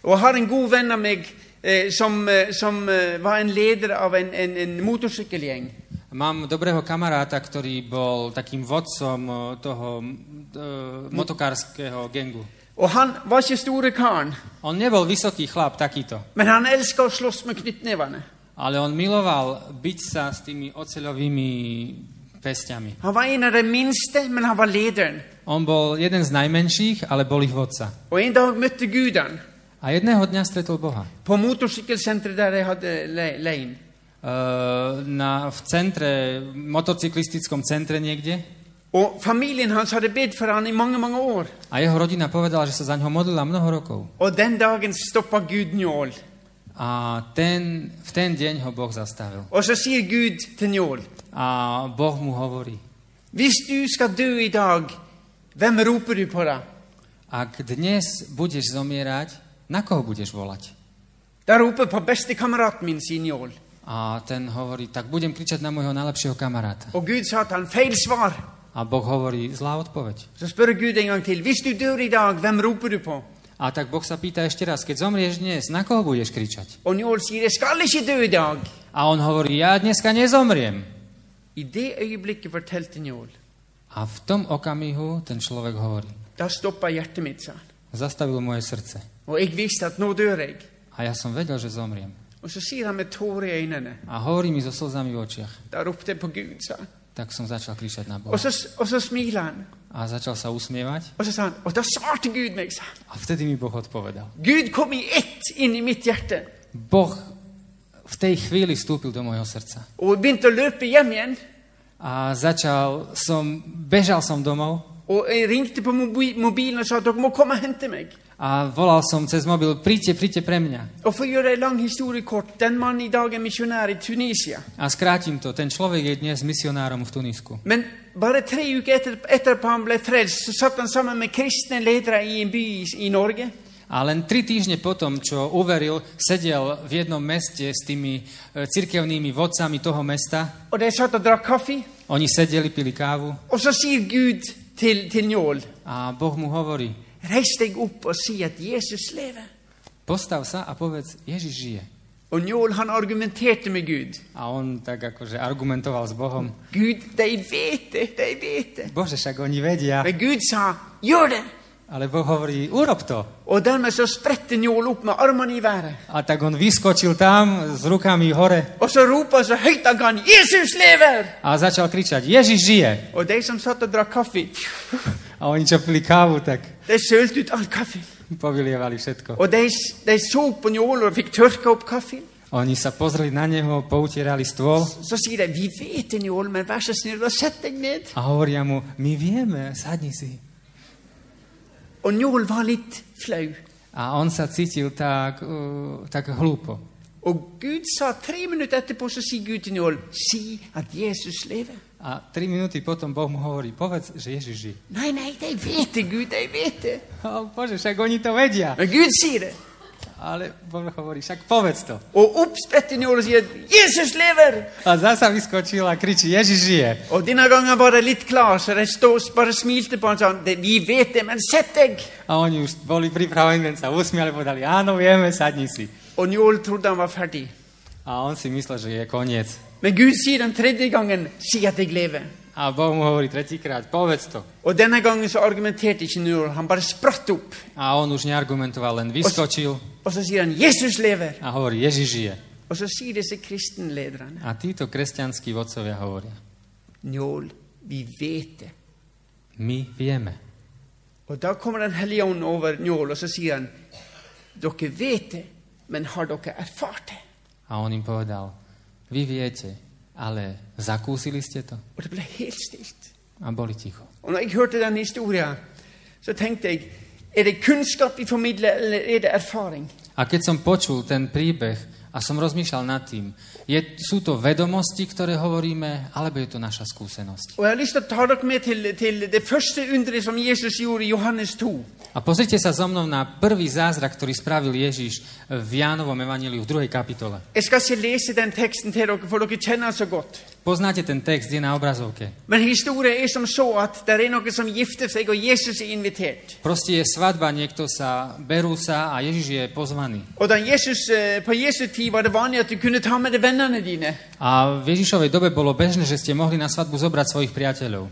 Speaker 1: Og jeg har en god venn av meg eh, som, eh, som eh, var en leder av en, en, en motorsykkelgjeng.
Speaker 2: Mám dobrého kamaráta, ktorý bol takým vodcom eh, toho m, eh, motokárskeho gengu.
Speaker 1: Og han var ikke store karen,
Speaker 2: On nebol vysoký chlap takýto,
Speaker 1: men han elska å slåss med knyttnevene.
Speaker 2: ale on miloval byť sa s tými oceľovými pestiami.
Speaker 1: Han var en av de minste, men han var lederen.
Speaker 2: On bol jeden z najmenších, ale bol ich vodca.
Speaker 1: Og en dag møtte Gud han
Speaker 2: A jedného dňa stretol Boha. E,
Speaker 1: på motorsykkelsenteret der jeg hadde le- leien.
Speaker 2: Eh, na, v centre, motocyklistickom centre niekde.
Speaker 1: Og familien hans hadde bedt for han i mange, mange år.
Speaker 2: A jeho rodina povedala, že sa za ňo modlila mnoho rokov.
Speaker 1: Og den dagen stoppa Gud Njål.
Speaker 2: A ten, v ten deň ho Boh zastavil.
Speaker 1: Og så sier Gud til Njål
Speaker 2: A Boh mu hovorí,
Speaker 1: Hvis du skal dø i dag, hvem roper du på da?
Speaker 2: ak dnes budeš zomierať, na koho budeš volať?
Speaker 1: Da roper jeg på bestekameraten min, sier Njål.
Speaker 2: A ten hovorí, tak budem kričať na môjho najlepšieho kamaráta.
Speaker 1: Og Gud sa til han feil svar.
Speaker 2: A Boh hovorí, zlá odpoveď.
Speaker 1: Så spør Gud en gang til. Hvis du dør i dag, hvem roper du på?
Speaker 2: A tak Boh sa pýta ešte raz, keď zomrieš dnes, na koho budeš kričať?
Speaker 1: Og Njål sier jeg skal ikke dø i dag.
Speaker 2: A on hovorí, ja dneska nezomriem.
Speaker 1: I det øyeblikket fortalte Njål.
Speaker 2: A v tom okamihu ten človek hovorí,
Speaker 1: Da stoppa hjertet mitt, sa han.
Speaker 2: zastavilo moje srdce.
Speaker 1: Og jeg visste at nå dør jeg.
Speaker 2: A ja som vedel, že zomriem.
Speaker 1: Og så sier han med tårer i øynene.
Speaker 2: A hovorí mi so slzami v očiach.
Speaker 1: Da ropte jeg på Gud, sa han.
Speaker 2: Tak som začal kričať na Boha.
Speaker 1: Og så, og så smiler han.
Speaker 2: A začal sa usmievať.
Speaker 1: Og så sa han, og da svarte Gud meg, sa han.
Speaker 2: A vtedy mi Boh odpovedal.
Speaker 1: Gud kom i ett inn i mitt hjerte.
Speaker 2: Boh v tej chvíli vstúpil do môjho srdca.
Speaker 1: Og jeg begynte å løpe hjem igjen.
Speaker 2: A začal som, bežal som domov
Speaker 1: Og jeg ringte på mobi- mobilen og sa at dere må komme og hente meg.
Speaker 2: a volal som cez mobil, príďte, príďte pre mňa.
Speaker 1: Og for å gjøre en lang historie kort, den mannen i dag er misjonær i Tunisia.
Speaker 2: A skrátim to, ten človek je dnes misionárom v Tunisku.
Speaker 1: Men bare tre uker etter, etterpå han ble frelst, så satt han sammen med kristne ledere i en by i, i Norge.
Speaker 2: A len tri týždne potom, čo uveril, sedel v jednom meste s tými e, cirkevnými vodcami toho mesta.
Speaker 1: Og de satt og drakk kaffe.
Speaker 2: Oni sedeli, pili kávu
Speaker 1: Og så sier Gud til, til Njål,
Speaker 2: a Boh mu hovorí,
Speaker 1: reis deg opp og si at Jesus lever.
Speaker 2: postav sa a povedz, Ježiš žije.
Speaker 1: Og Njål han argumenterte med Gud.
Speaker 2: A on tak akože argumentoval s Bohom.
Speaker 1: Gud, de vet det, de vet det.
Speaker 2: Bože, však oni vedia.
Speaker 1: Men Gud sa, gjør det!
Speaker 2: Ale Boh hovorí, urob to.
Speaker 1: Og dermed så spredte Njål opp med armene i været.
Speaker 2: A tak on vyskočil tam s rukami hore
Speaker 1: Og så roper han så høyt han kan, Jesus lever!
Speaker 2: a začal kričať, Ježiš žije.
Speaker 1: Og de som satt og drakk kaffe,
Speaker 2: A oni čo pili kávu, tak
Speaker 1: de sølte ut all kaffen.
Speaker 2: povylievali všetko.
Speaker 1: Og de, de så på Njål og fikk tørka opp kaffen.
Speaker 2: Oni sa pozreli na neho, poutierali stôl
Speaker 1: Så sier de, vi vet det, Njål, men vær så snill, bare sett deg ned.
Speaker 2: a hovoria mu, my vieme, sadni si.
Speaker 1: Og Njål var litt flau.
Speaker 2: A on sa cítil tak, uh, tak hlúpo.
Speaker 1: Og Gud sa tre minutter etterpå, så sier Gud til Njål, si at Jesus lever.
Speaker 2: A tri minúty potom Boh mu hovorí, povedz, že Ježiš žije.
Speaker 1: Nei, nei, de vet det, Gud, de vet det.
Speaker 2: A on, Bože, však oni to vedia.
Speaker 1: Men Gud sier det.
Speaker 2: Ale Boh hovorí, však povedz to.
Speaker 1: Og oppspretter Njål og sier, Jesus lever!
Speaker 2: A zasa vyskočil a kričí, Ježiš žije.
Speaker 1: Og denne gangen var de litt klar, så de stå, bare smilte på han og sa, «Det- vi vet det, men sett deg!
Speaker 2: A oni už boli pripravení, len sa usmiali, povedali, áno, vieme, sadni si.
Speaker 1: Og Njål trodde han var ferdig.
Speaker 2: A on si myslel, že je koniec.
Speaker 1: Men Gud sier den tredje gangen, si at jeg lever.
Speaker 2: A Boh mu hovorí tretíkrát, povedz to.
Speaker 1: Og denne gangen så argumenterte ikke Njål, han bare spratt opp.
Speaker 2: A on už neargumentoval, len vyskočil
Speaker 1: Og så sier han 'Jesus lever'.
Speaker 2: a hovorí, Ježiš žije.
Speaker 1: Og så sier disse kristenlederne
Speaker 2: A títo kresťanskí vodcovia hovoria,
Speaker 1: 'Njål, vi vet det'.
Speaker 2: my vieme.
Speaker 1: Og da kommer Den hellige ånd over Njål, og så sier han 'Dere vet det, men har dere erfart det?
Speaker 2: A on im povedal, vy viete, ale zakúsili ste to?
Speaker 1: Og det ble helt stilt.
Speaker 2: A boli ticho.
Speaker 1: Og når jeg hørte den historien, så tenkte jeg, er det kunnskap vi formidler, eller er det erfaring?
Speaker 2: A keď som počul ten príbeh a som rozmýšľal nad tým, je, sú to vedomosti, ktoré hovoríme, alebo je to naša skúsenosť.
Speaker 1: Og jeg har lyst til å ta dere med til, til det første underet som Jesus gjorde i Johannes 2.
Speaker 2: A pozrite sa so mnou na prvý zázrak, ktorý spravil Ježiš v Jánovom evaníliu v druhej kapitole.
Speaker 1: Jeg skal ikke lese den teksten til dere, for dere kjenner den så godt.
Speaker 2: Poznáte ten text, je na obrazovke.
Speaker 1: Men historien er som så at det er noen som gifter seg, og Jesus er invitert.
Speaker 2: Proste je svadba, niekto sa berú sa a Ježiš je pozvaný.
Speaker 1: Og da Jesus, eh, På Jesu tid var det vanlig at du kunne ta med deg vennene dine.
Speaker 2: A v Ježišovej dobe bolo bežné, že ste mohli na svadbu zobrať svojich priateľov.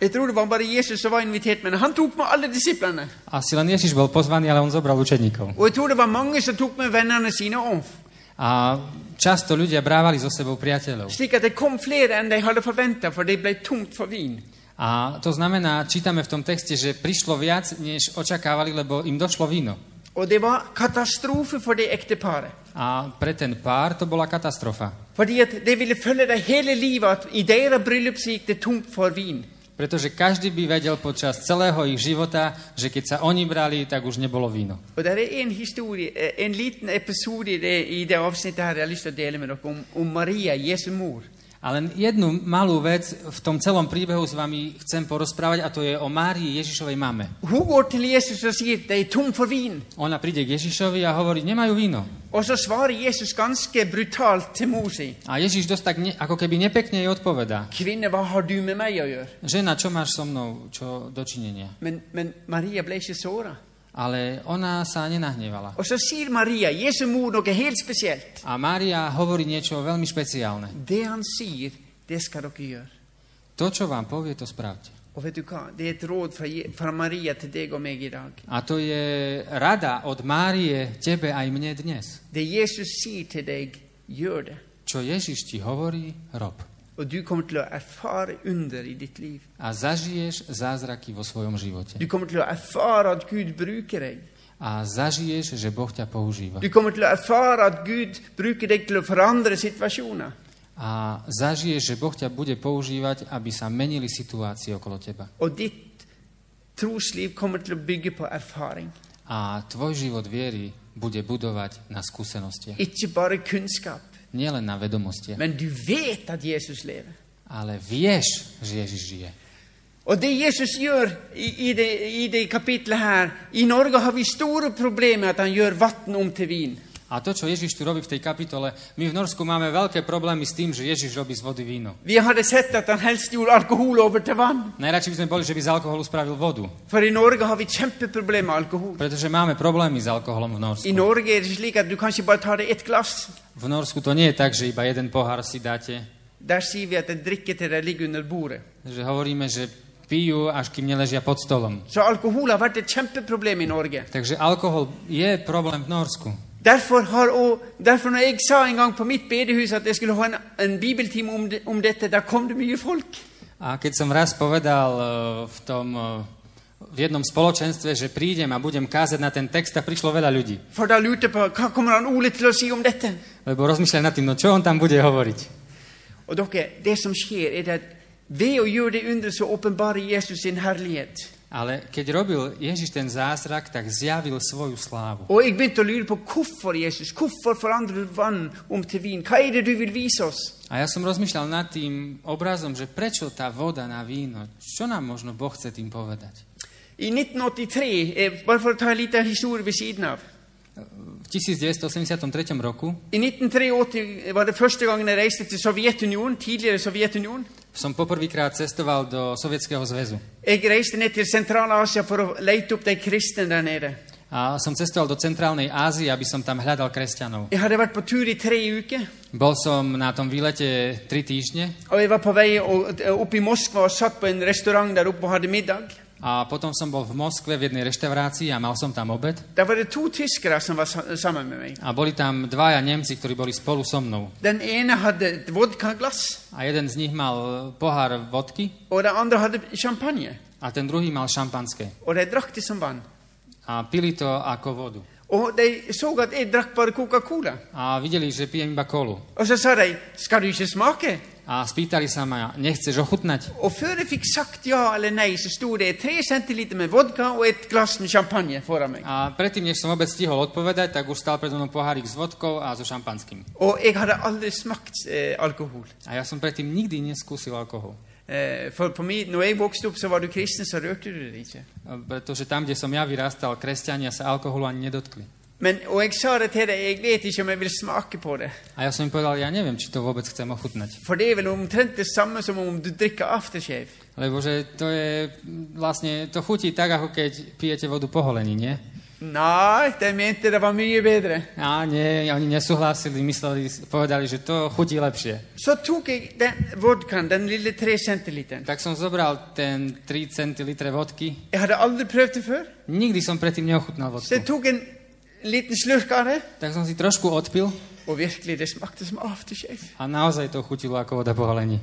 Speaker 1: Jeg tror det var bare Jesus som var invitert, men han tok med alle disiplene.
Speaker 2: Asi len Ježiš bol pozvaný, ale on zobral učeníkov.
Speaker 1: Og jeg tror det var mange som tok med vennene sine òg.
Speaker 2: A často ľudia brávali so sebou priateľov.
Speaker 1: Slik at det kom flere enn de hadde forventa, for det ble tomt for vin.
Speaker 2: A to znamená, čítame v tom texte, že prišlo viac, než očakávali, lebo im došlo víno.
Speaker 1: Og det var katastrofe for det ekteparet.
Speaker 2: A pre ten pár to bola katastrofa.
Speaker 1: Fordi at det ville følge dem hele livet at i deres bryllup så gikk det tomt for vin.
Speaker 2: Pretože každý by vedel počas celého ich života, že keď sa oni brali, tak už nebolo víno.
Speaker 1: Og det er en historie, eh, en liten episode i det, i det avsnittet her jeg har lyst til å dele med dere om, om Maria, Jesu mor.
Speaker 2: A len jednu malú vec v tom celom príbehu s vami chcem porozprávať a to je o Márii Ježišovej mame.
Speaker 1: Hun går til Jesus og sier de er tom for vin.
Speaker 2: Ona príde k Ježišovi a hovorí, nemajú víno.
Speaker 1: Og så svarer Jesus ganske brutalt til mor si.
Speaker 2: A Ježiš dosť tak ne, ako keby nepekne jej odpovedá.
Speaker 1: Kvinne, hva har du med meg å gjøre?
Speaker 2: Žena, čo máš so mnou, čo dočinenia?
Speaker 1: Men, men Maria ble ikke såra.
Speaker 2: Ale ona sa nenahnevala.
Speaker 1: Og så sier Maria, Jesu mor, noe helt spesielt.
Speaker 2: A Mária hovorí niečo veľmi špeciálne.
Speaker 1: Det han sier, det skal dere gjøre.
Speaker 2: To, čo vám povie, to spravte.
Speaker 1: Og vet du hva? Det er et råd fra, Je- fra Maria til deg og meg i dag.
Speaker 2: A to je rada od Márie tebe aj mne dnes.
Speaker 1: Det Jesus sier til deg, gjør det.
Speaker 2: Čo Ježiš ti hovorí, rob.
Speaker 1: Og du kommer til å erfare under i ditt liv.
Speaker 2: A zažiješ zázraky vo svojom živote.
Speaker 1: Du kommer til å erfare at Gud bruker deg.
Speaker 2: A zažiješ, že Boh ťa používa.
Speaker 1: Du kommer til å erfare at Gud bruker deg til å forandre situasjoner.
Speaker 2: A zažiješ, že Boh ťa bude používať, aby sa menili situácie okolo teba.
Speaker 1: Og ditt trosliv kommer til å bygge på erfaring,
Speaker 2: A tvoj život viery bude budovať na skúsenostiach.
Speaker 1: ikke bare kunnskap.
Speaker 2: Nielen na vedomostiach.
Speaker 1: Men du vet at Jesus lever.
Speaker 2: Ale vieš, že Ježiš žije.
Speaker 1: Og det Jesus gjør i, i, det, i det kapitlet her I Norge har vi store problemer med at han gjør vann om til vin.
Speaker 2: A to, čo Ježiš tu robí v tej kapitole, my v Norsku máme veľké problémy s tým, že Ježiš robí z vody víno.
Speaker 1: Vi hadde sett at han helst gjorde alkohol over til vann.
Speaker 2: Najradšej by sme boli, že by z alkoholu spravil vodu,
Speaker 1: For i Norge har vi kjempeproblemer med alkohol.
Speaker 2: pretože máme problémy s alkoholom v Norsku.
Speaker 1: I Norge er det slik at du kan ikke bare ta deg ett glass.
Speaker 2: V Norsku to nie je tak, že iba jeden pohár si dáte,
Speaker 1: Der sier vi at en drikke til deg ligger under bordet.
Speaker 2: že hovoríme, že pijú, až kým neležia pod stolom.
Speaker 1: Så alkohol har vært et kjempeproblem i Norge.
Speaker 2: Takže alkohol je problém v Norsku.
Speaker 1: Derfor, har, og, derfor når jeg sa en gang på mitt bedehus at jeg skulle ha en, en bibeltime om, det, om dette, da kom det mye folk.
Speaker 2: A keď som raz povedal eh, v tom eh, v jednom spoločenstve, že prídem a budem kázať na ten text, tak prišlo veľa ľudí.
Speaker 1: For da lurte jeg på hva kommer han Ole til å si om dette.
Speaker 2: Lebo rozmýšľali nad tým, no čo on tam bude hovoriť.
Speaker 1: Og dere, det som skjer, er det at ved å gjøre det under, så åpenbarer Jesus sin herlighet.
Speaker 2: Ale keď robil Ježiš ten zázrak, tak zjavil svoju slávu.
Speaker 1: Og jeg begynte å lure på hvorfor Jesus, hvorfor forandrer du vann om til vin? Hva er det du vil vise oss?
Speaker 2: A ja som rozmýšľal nad tým obrazom, že prečo tá voda na víno, čo nám možno Boh chce tým povedať.
Speaker 1: I 1983, eh, bare for å ta en liten historie ved siden av
Speaker 2: V 1983 roku
Speaker 1: I 1983 var det første gangen jeg reiste til Sovjetunionen, tidligere Sovjetunionen.
Speaker 2: som poprvýkrát cestoval do Sovietskeho zväzu.
Speaker 1: Jeg reiste ned til Sentral-Asia for å lete opp de kristne der nede.
Speaker 2: A som cestoval do centrálnej Ázie, aby som tam hľadal kresťanov.
Speaker 1: Jeg hadde vært på tur i tre uker,
Speaker 2: Bol som na tom výlete 3 týždne
Speaker 1: og jeg var på vei og- opp i Moskva og satt på en restaurant der oppe og hadde middag.
Speaker 2: a potom som bol v Moskve v jednej reštaurácii a mal som tam obed.
Speaker 1: Der var det to tyskere som var sa- sammen med meg.
Speaker 2: A boli tam dvaja Nemci, ktorí boli spolu so mnou.
Speaker 1: Den ene hadde et vodkaglass,
Speaker 2: A jeden z nich mal pohár vodky
Speaker 1: og den andre hadde champagne.
Speaker 2: a ten druhý mal šampanské.
Speaker 1: Og de drakk det som vann.
Speaker 2: A pili to ako vodu.
Speaker 1: Og de så at jeg drakk bare Coca-Cola.
Speaker 2: a videli, že pijem iba kolu.
Speaker 1: Og så sa de 'Skal du ikke smake?'
Speaker 2: A spýtali sa ma, nechceš ochutnať?
Speaker 1: Og før jeg fikk sagt ja eller nei, så sto det tre centiliter med vodka og et glass med champagne foran meg.
Speaker 2: A predtým, než som vôbec stihol odpovedať, tak už stál predo mnou pohárik s vodkou a so šampanským.
Speaker 1: Og jeg hadde aldri smakt eh, alkohol.
Speaker 2: A ja som predtým nikdy neskúsil alkohol.
Speaker 1: Eh, for på min, når jeg vokste opp, så var du kristen, så rørte du det ikke.
Speaker 2: A Pretože tam, kde som ja vyrastal, kresťania sa alkoholu ani nedotkli.
Speaker 1: Men, og jeg sa det til deg, jeg vet ikke om jeg vil smake på det.
Speaker 2: A ja som im povedal, ja neviem, či to vôbec chcem ochutnať.
Speaker 1: For det er vel omtrent det samme som om du drikker aftershave.
Speaker 2: Lebo že to je mm, vlastne, to chutí tak, ako keď pijete vodu po holení, nie?
Speaker 1: Nei, de mente det var mye bedre.
Speaker 2: A nie, oni nesúhlasili, mysleli, povedali, že to chutí lepšie.
Speaker 1: Så tok jeg den vodkaen, den lille tre centiliteren.
Speaker 2: Tak som zobral ten 3 centilitre vodky.
Speaker 1: Jeg hadde aldri prøvd det før,
Speaker 2: Nikdy som predtým neochutnal vodku.
Speaker 1: så jeg tok en liten slurk av det,
Speaker 2: Tak som si trošku odpil
Speaker 1: og virkelig, det smakte som aftershave.
Speaker 2: a naozaj to chutilo ako voda po holení.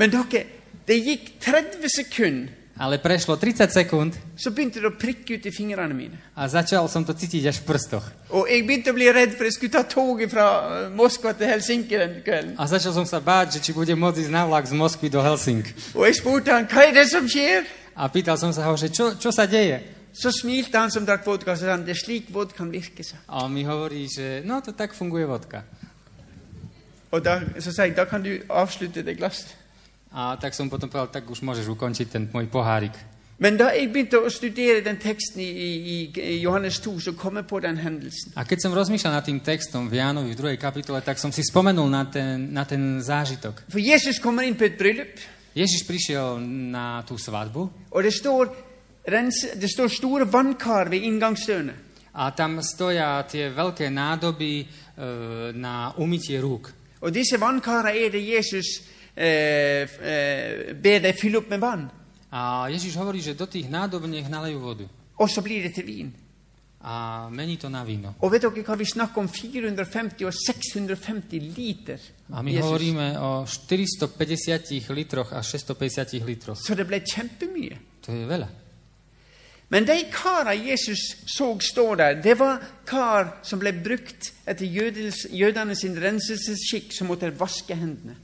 Speaker 1: Men dere, det gikk 30 sekunder,
Speaker 2: Ale prešlo 30 sekúnd
Speaker 1: så begynte det å prikke ut i fingrene mine.
Speaker 2: a začal som to cítiť až v prstoch.
Speaker 1: Og jeg begynte å bli redd, for jeg skulle ta toget fra eh, Moskva til Helsinki den kvelden.
Speaker 2: A začal som sa báť, že či budem môcť ísť na vlak z Moskvy do Helsing.
Speaker 1: Og jeg spurte han, hva er det som skjer?
Speaker 2: A pýtal som sa ho, že čo, čo sa deje?
Speaker 1: Så smilte han som drakk vodka, og så sa han, det er slik vodkaen virker, sa han.
Speaker 2: A on mi hovorí, že no to tak funguje vodka.
Speaker 1: Og da, så sa jeg, da kan du avslutte det glasset.
Speaker 2: A tak som potom povedal, tak už môžeš ukončiť ten môj pohárik.
Speaker 1: Men da jeg begynte å studere den teksten i, i, i Johannes 2, så kom jeg på den hendelsen.
Speaker 2: A keď som rozmýšľal nad tým textom v Jánovi v druhej kapitole, tak som si spomenul na ten, na ten zážitok.
Speaker 1: For Jesus kommer inn på et bryllup,
Speaker 2: Ježiš prišiel na tú svadbu
Speaker 1: og det står, rens, det står store vannkar ved inngangsdørene.
Speaker 2: a tam stoja tie veľké nádoby e, na umytie rúk.
Speaker 1: Og disse vannkarene er det Jesus eh, f- eh, ber dem fylle opp med vann,
Speaker 2: A Ježiš hovorí, že do tých nádob nech nalejú vodu.
Speaker 1: og så blir det til vin.
Speaker 2: A mení to na víno.
Speaker 1: Og vet dere hva vi snakker om? 450 og 650 liter.
Speaker 2: A my
Speaker 1: Jesus.
Speaker 2: hovoríme o 450 litroch a 650 litroch.
Speaker 1: Så det ble kjempemye.
Speaker 2: To je veľa.
Speaker 1: Men de karene Jesus så stå der, det var kar som ble brukt etter jødels- jødene sin renselsesskikk, som måtte vaske hendene.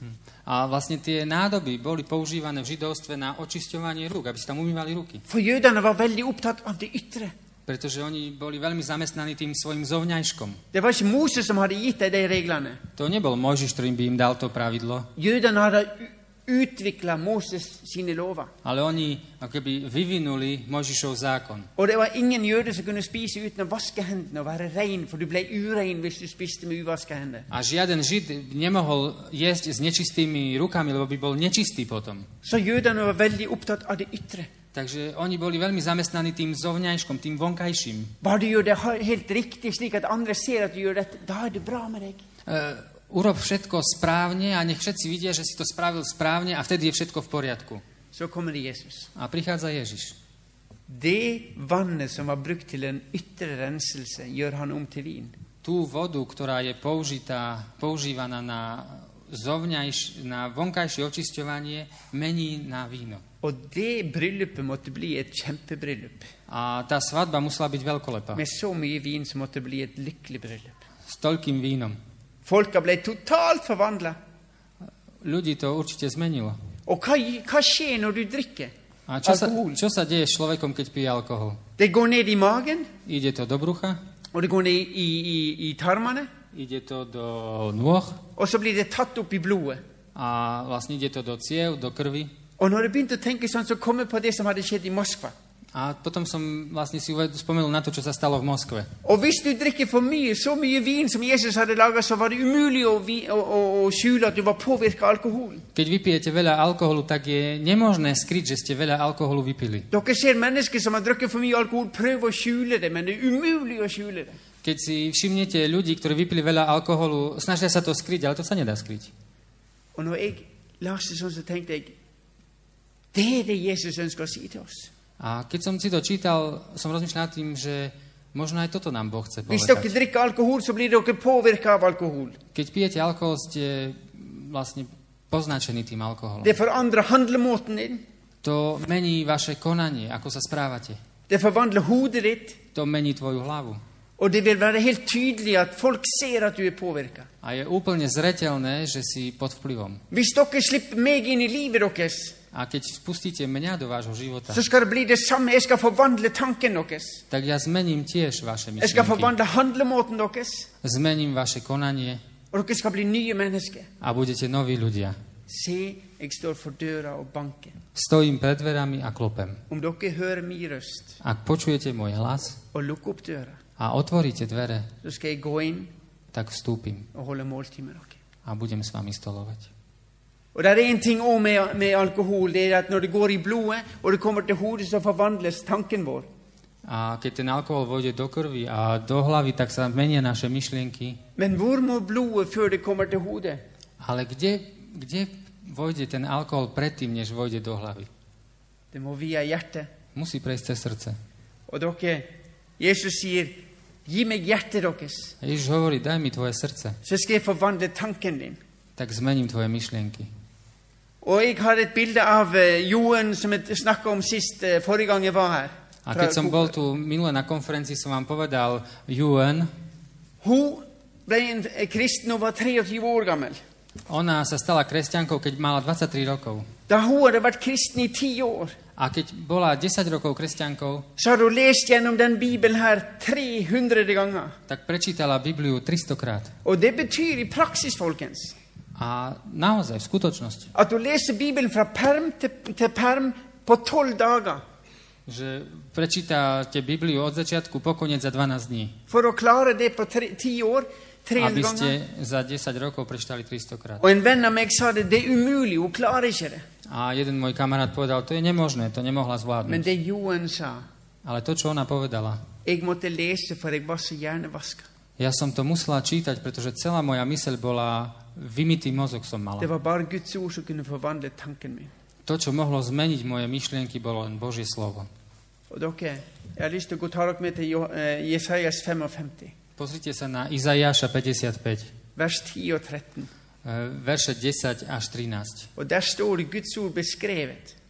Speaker 2: A vlastne tie nádoby boli používané v židovstve na očisťovanie rúk, aby si tam umývali ruky.
Speaker 1: For jødene var veldig opptatt av det ytre.
Speaker 2: Pretože oni boli veľmi zamestnaní tým svojim zovňajškom.
Speaker 1: Det var ikke Moses som hadde gitt dem de reglene.
Speaker 2: To nebol Mojžiš, ktorým by im dal to pravidlo,
Speaker 1: Jødene hadde utvikla Moses sine lover.
Speaker 2: ale oni ako keby vyvinuli Mojžišov zákon.
Speaker 1: Og det var ingen jøde som kunne spise uten å vaske hendene og være rein, for du ble urein hvis du spiste med uvaska hender.
Speaker 2: A žiaden Žid nemohol jesť s nečistými rukami, lebo by bol nečistý potom.
Speaker 1: Så jødene var veldig opptatt av det ytre.
Speaker 2: Takže oni boli veľmi zamestnaní tým zovňajškom, tým vonkajším. E,
Speaker 1: Bare du gjør det he- helt riktig, slik at andre ser at du gjør dette, da er det bra med deg.
Speaker 2: urob všetko správne a nech všetci vidia, že si to spravil správne a vtedy je všetko v poriadku.
Speaker 1: Så kommer det Jesus.
Speaker 2: A prichádza Ježiš.
Speaker 1: Det vannet som var brukt til den ytre renselse, gjør han om til vin.
Speaker 2: Tú vodu, ktorá je použitá, používaná na, zovňajš, na vonkajšie očisťovanie, mení na víno.
Speaker 1: Og det bryllupet måtte bli et kjempebryllup,
Speaker 2: A tá svadba musela byť veľkolepá.
Speaker 1: med så mye vin som måtte bli et lykkelig bryllup.
Speaker 2: S toľkým vínom.
Speaker 1: Folka ble totalt forvandla.
Speaker 2: Ľudí to určite zmenilo.
Speaker 1: Og hva, hva skjer når du drikker?
Speaker 2: A čo sa,
Speaker 1: Alkohol.
Speaker 2: čo sa deje s človekom, keď pije alkohol?
Speaker 1: Det går ned i magen,
Speaker 2: Ide to do brucha,
Speaker 1: og det går ned i, i, i tarmene,
Speaker 2: ide to do nôh
Speaker 1: og så blir det tatt opp i blodet.
Speaker 2: a vlastne ide to do ciev, do krvi.
Speaker 1: Og når jeg begynte å tenke sånn, så kom jeg på det som hadde skjedd i Moskva.
Speaker 2: A potom som vlastne si uved- spomenul na to, čo sa stalo v Moskve.
Speaker 1: Og hvis du drikker for mye, så mye vin som Jesus hadde laga, så var det umulig å, vi, å, å, å skjule at du var påvirka av alkoholen.
Speaker 2: Keď vypijete veľa alkoholu, tak je nemožné skryť, že ste veľa alkoholu vypili.
Speaker 1: Dere ser mennesker som har drukket for mye alkohol, prøve å skjule det, men det er umulig å skjule det.
Speaker 2: Keď si všimnete ľudí, ktorí vypili veľa alkoholu, snažia sa to skryť, ale to sa nedá skryť.
Speaker 1: Og når jeg leste sånn, så tenkte jeg det er det Jesus ønsker å si til oss.
Speaker 2: A keď som si to čítal, som rozmýšľal nad tým, že možno aj toto nám Boh chce
Speaker 1: Hvis dere
Speaker 2: povedať.
Speaker 1: drikker alkohol, så blir dere påvirka av alkohol.
Speaker 2: Keď pijete alkohol, ste vlastne poznačení tým alkoholom.
Speaker 1: Det forandrer handlemåten din.
Speaker 2: To mení vaše konanie, ako sa správate.
Speaker 1: Det forvandler hodet ditt,
Speaker 2: to mení tvoju hlavu.
Speaker 1: og det vil være helt tydelig at folk ser at du er påvirka.
Speaker 2: A je úplne zreteľné, že si pod vplyvom.
Speaker 1: Hvis dere slipper meg inn i livet deres,
Speaker 2: A keď spustíte mňa do vášho života,
Speaker 1: så skal det bli det samme. Jeg skal forvandle tanken deres.
Speaker 2: tak ja zmením tiež vaše
Speaker 1: Jeg skal
Speaker 2: myšlienky,
Speaker 1: forvandle handlemåten deres,
Speaker 2: zmením vaše konanie
Speaker 1: og dere skal bli nye mennesker.
Speaker 2: a budete noví ľudia.
Speaker 1: Se, jeg står for døra og banker.
Speaker 2: Stojím pred dverami a klopem.
Speaker 1: Om dere hører min røst
Speaker 2: Ak počujete môj hlas
Speaker 1: og lukker opp døra,
Speaker 2: a otvoríte dvere,
Speaker 1: så skal jeg gå inn
Speaker 2: tak vstúpim
Speaker 1: og holde måltid med dere.
Speaker 2: a budem s vami stolovať.
Speaker 1: Og det er én ting òg med, med alkohol, det er at når det går i blodet, og det kommer til hodet, så forvandles tanken vår.
Speaker 2: A keď ten alkohol vôjde do krvi a do hlavy, tak sa menia naše myšlienky.
Speaker 1: Men hvor må blodet før det kommer til hodet?
Speaker 2: Ale kde, kde vôjde ten alkohol predtým, než vôjde do hlavy?
Speaker 1: Det må via hjertet.
Speaker 2: Musí prejsť cez srdce.
Speaker 1: Og dere, Jesus sier, gi meg hjertet deres,
Speaker 2: A Ježiš hovorí, daj mi tvoje srdce,
Speaker 1: så skal jeg forvandle tanken din.
Speaker 2: tak zmením tvoje myšlienky.
Speaker 1: Og jeg har et bilde av eh, Joen som jeg snakka om sist, eh, forrige gang jeg var her.
Speaker 2: A
Speaker 1: Fra-
Speaker 2: keď som bol tu minule na konferencii, som vám povedal UN.
Speaker 1: Hun ble en eh, kristen og var 23 år gammel.
Speaker 2: Ona sa stala kresťankou, keď mala 23 rokov.
Speaker 1: Da hun hadde vært kristen i ti år,
Speaker 2: A keď bola 10 rokov kresťankou,
Speaker 1: så hadde hun lest gjennom den Bibelen her 300 ganger.
Speaker 2: tak prečítala Bibliu 300 krát.
Speaker 1: Og det betyr i praksis, folkens,
Speaker 2: A naozaj, v skutočnosti,
Speaker 1: at hun leser Bibelen fra perm til, til perm på tolv dager
Speaker 2: že prečítate Bibliu od začiatku po koniec za 12 dní,
Speaker 1: for å klare det på tre- ti år. 300
Speaker 2: aby ste
Speaker 1: ganger.
Speaker 2: za 10 rokov prečítali 300 krát.
Speaker 1: Og en venn av meg sa det, det er umulig, hun klarer ikke det.
Speaker 2: A jeden môj kamarát povedal, to je nemožné, to
Speaker 1: Men
Speaker 2: nemohla zvládnuť.
Speaker 1: det Johan sa,
Speaker 2: Ale to, čo ona povedala,
Speaker 1: jeg måtte lese for jeg var så hjernevaska.
Speaker 2: ja som to musela čítať, pretože celá moja myseľ bola, vymitý mozog som mala.
Speaker 1: Det var bare Guds ord som kunne forvandle tanken min.
Speaker 2: To, čo mohlo zmeniť moje myšlienky, bolo len Božie slovo.
Speaker 1: Og dere, jeg har lyst til å gå ta dere med til Jo- eh, Jesajas 55,
Speaker 2: Pozrite sa na Izajaša 55,
Speaker 1: vers 10 og 13.
Speaker 2: e, verše 10 až 13.
Speaker 1: Og der står det Guds ord beskrevet.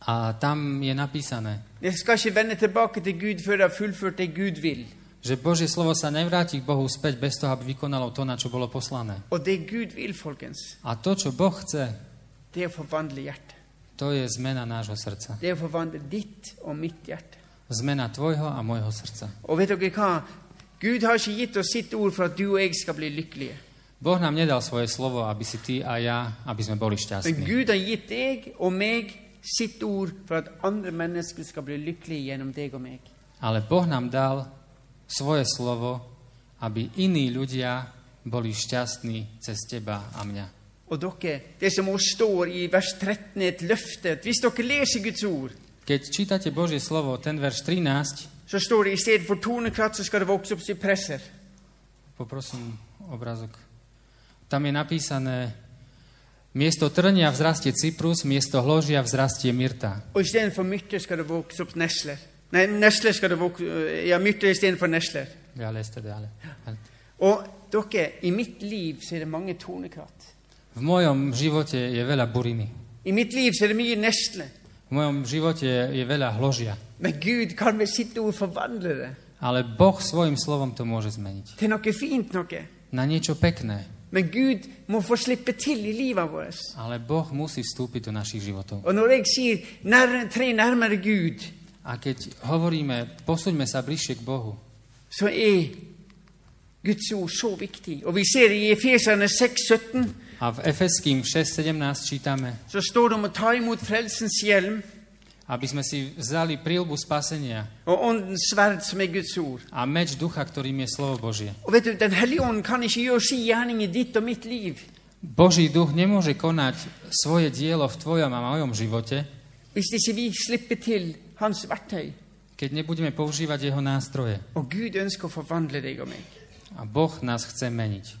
Speaker 2: A tam je napísané,
Speaker 1: Jeg skal ikke vende tilbake til Gud før jeg har fullført det Gud vil.
Speaker 2: že Božie slovo sa nevráti k Bohu späť bez toho, aby vykonalo to, na čo bolo poslané.
Speaker 1: Og det Gud vil, folkens,
Speaker 2: A to, čo Boh chce,
Speaker 1: det er å forvandle hjertet.
Speaker 2: to je zmena nášho srdca.
Speaker 1: Det er å forvandle ditt og mitt hjerte.
Speaker 2: Zmena tvojho a môjho srdca.
Speaker 1: Og vet dere hva? Gud har ikke gitt oss sitt ord for at du og jeg skal bli lykkelige.
Speaker 2: Boh nám nedal svoje slovo, aby si ty a ja, aby sme boli
Speaker 1: Men
Speaker 2: šťastní.
Speaker 1: Gud har gitt deg og meg sitt ord for at andre mennesker skal bli lykkelige gjennom deg og meg.
Speaker 2: Ale Boh nám dal svoje slovo, aby iní ľudia boli šťastní cez teba a mňa.
Speaker 1: Og dere, det som også står i vers 13, er et løfte. at Hvis dere leser Guds ord,
Speaker 2: Keď čítate Božie slovo, ten verš 13,
Speaker 1: så står det i stedet for tornekratt, så skal det vokse opp sypresser.
Speaker 2: poprosím obrázok, tam je napísané, miesto trnia vzrastie cyprus, miesto hložia vzrastie myrta.
Speaker 1: Og istedenfor myrte skal det vokse opp nesler. Nei, nesler skal det vokse Ja, myrte istedenfor nesler.
Speaker 2: Ja, leste det, ale.
Speaker 1: Og dere, i mitt liv så er det mange tornekratt.
Speaker 2: V mojom živote je veľa buriny.
Speaker 1: I mitt liv så er det mye nesler.
Speaker 2: V mojom živote je veľa hložia.
Speaker 1: Men Gud kan med sitt ord forvandle det
Speaker 2: Ale Boh svojim slovom to môže zmeniť.
Speaker 1: til noe fint noe.
Speaker 2: Na niečo pekné.
Speaker 1: Men Gud må få slippe til i livet vårt.
Speaker 2: Ale Boh musí vstúpiť do našich životov.
Speaker 1: Og når jeg sier nær, tre nærmere Gud,
Speaker 2: A keď hovoríme, posuňme sa bližšie k Bohu,
Speaker 1: så er Guds ord så viktig. Og vi ser i Efeserne 6,17
Speaker 2: a v Efeským 6.17 čítame,
Speaker 1: så står det om å ta imot frelsens hjelm
Speaker 2: aby sme si vzali prílbu spasenia
Speaker 1: og åndens sverd, som er Guds ord.
Speaker 2: a meč ducha, ktorým je slovo Božie.
Speaker 1: Og vet du, Den hellige ånd kan ikke gjøre sin gjerning i ditt og mitt liv
Speaker 2: Boží duch nemôže konať svoje dielo v tvojom a mojom živote,
Speaker 1: hvis ikke vi slipper til hans verktøy.
Speaker 2: keď nebudeme používať jeho nástroje.
Speaker 1: Og Gud ønsker å forvandle deg og meg.
Speaker 2: A Boh nás chce meniť.